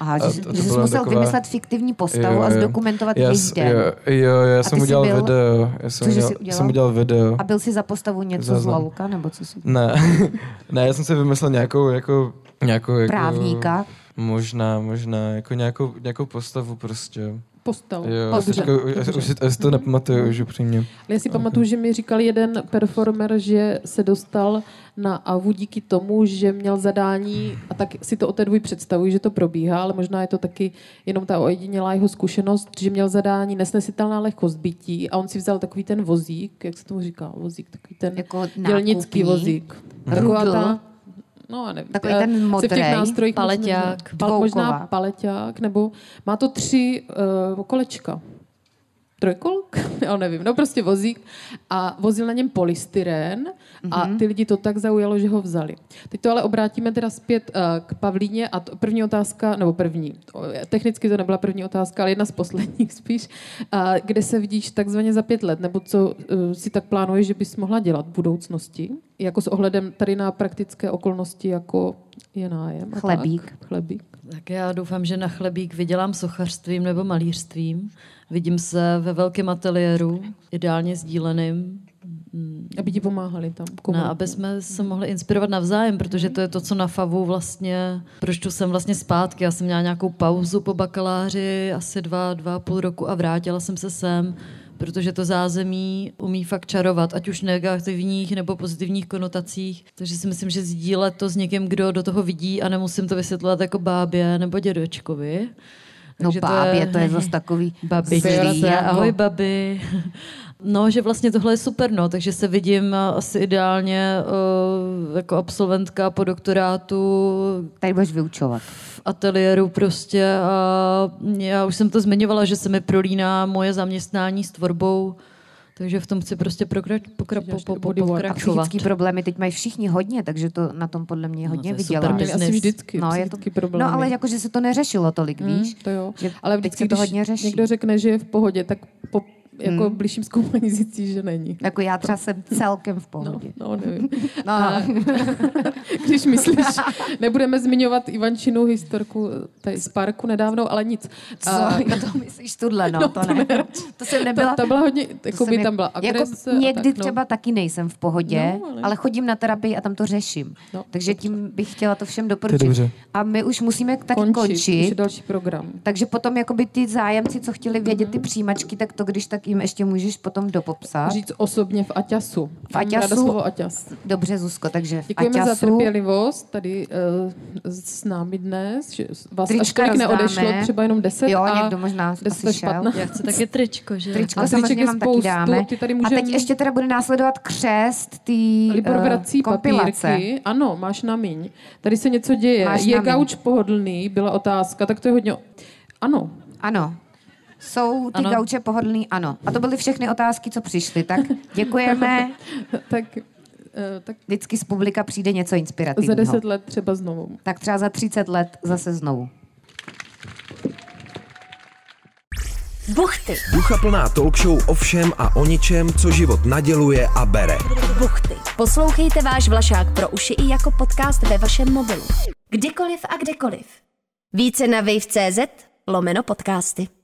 Speaker 3: Aha, že,
Speaker 5: a
Speaker 3: jsi-
Speaker 5: to- to
Speaker 3: že jsi
Speaker 5: byla
Speaker 3: musel
Speaker 5: taková-
Speaker 3: vymyslet fiktivní postavu
Speaker 5: Jo,
Speaker 3: a
Speaker 5: jo.
Speaker 3: zdokumentovat
Speaker 5: Já,
Speaker 3: jejich
Speaker 5: s-
Speaker 3: den.
Speaker 5: jo, jo, já
Speaker 3: A ty
Speaker 5: jsem
Speaker 3: jsi
Speaker 5: udělal
Speaker 3: byl-
Speaker 5: video. Já jsem
Speaker 3: Cože jsi
Speaker 5: udělal,
Speaker 3: udělal?
Speaker 5: jsem udělal video.
Speaker 3: A byl si za postavu něco
Speaker 5: Záznam.
Speaker 3: z louka, nebo co si...
Speaker 5: Ne, ne, já jsem si vymyslel nějakou, jako, nějakou, jako,
Speaker 3: Právníka.
Speaker 5: Možná, možná, jako nějakou, nějakou postavu prostě.
Speaker 3: Oh,
Speaker 4: Postavu.
Speaker 5: Jo,
Speaker 4: Dobře.
Speaker 5: asi, jako, asi, už si, asi to nepamatuju už upřímně.
Speaker 4: Ale já si pamatuju, že mi říkal jeden performer, že se dostal na AVU díky tomu, že měl zadání, a tak si to o té dvůj představuji, že to probíhá, ale možná je to taky jenom ta ojedinělá jeho zkušenost, že měl zadání nesnesitelná lehkost bytí a on si vzal takový ten vozík, jak se tomu říká, vozík, takový ten
Speaker 3: Jako nákupní.
Speaker 4: dělnický vozík.
Speaker 3: Rudl.
Speaker 4: Taková ta, no já nevím.
Speaker 3: Takový
Speaker 4: eh,
Speaker 3: ten
Speaker 4: se v těch
Speaker 3: modrej,
Speaker 4: nástrojích moc
Speaker 6: paleťák,
Speaker 4: nevyznám. Pal,
Speaker 3: dvoukovák.
Speaker 4: možná paleťák, nebo má to tři uh, kolečka. Trojkolk? Já nevím, no prostě vozík. A vozil na něm polystyren a
Speaker 3: Mhm.
Speaker 4: ty lidi to tak zaujalo, že ho vzali. Teď to ale obrátíme teda zpět eh, k Pavlíně a to, první otázka, nebo první, to, eh, technicky to nebyla první otázka, ale jedna z posledních spíš, a kde se vidíš takzvaně za pět let, nebo co eh, si tak plánuješ, že bys mohla dělat v budoucnosti, jako s ohledem tady na praktické okolnosti, jako je nájem. a
Speaker 3: Chlebík.
Speaker 4: Tak, chlebík.
Speaker 6: Tak já doufám, že na chlebík vydělám sochařstvím nebo malířstvím. Vidím se ve velkém ateliéru, ideálně sdíleným,
Speaker 4: Aby ti pomáhali
Speaker 3: No,
Speaker 4: tam.
Speaker 6: ne, No, aby jsme se mohli inspirovat navzájem, protože to je to, co na FAVu vlastně, proč tu jsem vlastně zpátky. Já jsem měla nějakou pauzu po bakaláři, asi dva, dva a půl roku a vrátila jsem se sem, protože to zázemí umí fakt čarovat, ať už negativních nebo pozitivních konotacích. Takže si myslím, že sdílet to s někým, kdo do toho vidí a nemusím to vysvětlovat jako bábě nebo dědečkovi.
Speaker 3: No
Speaker 6: Takže
Speaker 3: bábě, to je zase takový zlý,
Speaker 6: Babičce,
Speaker 3: jako.
Speaker 6: ahoj babi. No, že vlastně tohle je super, no, takže se vidím eh, asi ideálně eh, jako absolventka po doktorátu
Speaker 3: Tady budeš vyučovat.
Speaker 6: v ateliéru prostě a já už jsem to zmiňovala, že se mi prolíná moje zaměstnání s tvorbou, takže v tom chci prostě pokrač, pokra, po, po, po,
Speaker 4: body work.
Speaker 3: A
Speaker 6: pokračovat.
Speaker 3: psychické problémy teď mají všichni hodně, takže to na tom podle mě hodně
Speaker 6: to
Speaker 3: no,
Speaker 6: je super
Speaker 3: vydělá.
Speaker 4: Měli asi
Speaker 6: business.
Speaker 4: vždycky
Speaker 3: No, je to,
Speaker 4: psychický problémy.
Speaker 3: no ale jakože se to neřešilo tolik,
Speaker 6: Hmm.
Speaker 3: víš?
Speaker 4: Mm, To jo.
Speaker 3: Že
Speaker 4: Ale
Speaker 3: teď
Speaker 4: vždycky,
Speaker 3: se to
Speaker 4: když
Speaker 3: hodně řeší. Hmm.
Speaker 4: někdo řekne, že je v pohodě, tak po jako blížším zkoumání zjistí, že není.
Speaker 3: Jako já třeba jsem celkem v pohodě.
Speaker 4: No, nevím.
Speaker 3: No, no.
Speaker 4: Když myslíš, nebudeme zmiňovat Ivančinu historku eh, tady z parku nedávno, ale nic.
Speaker 3: Co?
Speaker 4: A
Speaker 3: No to myslíš tuhle, no, to ne. To jsem nebyla.
Speaker 4: ta, ta byla hodně,
Speaker 3: to
Speaker 4: jako
Speaker 3: jsem
Speaker 4: by
Speaker 3: jak-
Speaker 4: tam byla
Speaker 3: jako
Speaker 4: agrese. a
Speaker 3: někdy
Speaker 4: tak, no.
Speaker 3: třeba taky nejsem v pohodě,
Speaker 4: No,
Speaker 3: ale...
Speaker 4: ale-
Speaker 3: ale chodím na terapii a tam to řeším.
Speaker 4: No,
Speaker 3: Takže tím bych chtěla to všem doporučit.
Speaker 5: dobře.
Speaker 3: A my už musíme taky
Speaker 4: končit.
Speaker 3: končit.
Speaker 4: Už je další program.
Speaker 3: Takže potom jakoby ty zájemci, co chtěli vědět ty
Speaker 4: Mhm.
Speaker 3: přijímačky, tak to když tak jim ještě můžeš potom dopopsat.
Speaker 4: Říct osobně v Aťasu.
Speaker 3: V Aťasu.
Speaker 4: Ráda slovo Aťas.
Speaker 3: Dobře, Zuzko, takže v
Speaker 4: Děkujeme za
Speaker 3: Aťasu.
Speaker 4: trpělivost tady uh, s námi dnes. Že vás až
Speaker 3: Trička
Speaker 4: tolik
Speaker 3: rozdáme.
Speaker 4: neodešlo, třeba jenom 10
Speaker 3: Jo,
Speaker 4: a
Speaker 3: někdo možná Jako,
Speaker 4: deset
Speaker 3: asi
Speaker 4: až
Speaker 3: šel.
Speaker 4: 15.
Speaker 6: Já chci taky tričko, že?
Speaker 3: Tričko
Speaker 4: A triček
Speaker 3: samozřejmě
Speaker 4: je
Speaker 3: mám
Speaker 4: spoustu,
Speaker 3: taky dáme.
Speaker 4: ty tady
Speaker 3: A teď
Speaker 4: můžem-
Speaker 3: ještě teda bude následovat křest tý
Speaker 4: Libor
Speaker 3: eh,
Speaker 4: vrací
Speaker 3: kompilace.
Speaker 4: papírky. Ano, máš na míň. Tady se něco děje.
Speaker 3: Máš na
Speaker 4: je
Speaker 3: míň.
Speaker 4: gauč pohodlný? Byla otázka, tak to je hodně... Ano,
Speaker 3: Ano. Jsou ty ano.
Speaker 6: Ano.
Speaker 3: gauče pohodlný? Ano. A to byly všechny otázky, co přišly. Tak děkujeme.
Speaker 4: tak, eh, tak
Speaker 3: Vždycky z publika přijde něco
Speaker 4: za
Speaker 3: inspirativního.
Speaker 4: deset let třeba znovu.
Speaker 3: Tak třeba za 30 let zase znovu.
Speaker 1: Buchty,
Speaker 2: Duchaplná talk show o všem a o ničem, co život naděluje a bere.
Speaker 1: buchty. Poslouchejte váš Vlašák pro uši i jako podcast ve vašem mobilu. Kdykoliv a kdekoliv. Více na wave.cz lomeno podcasty.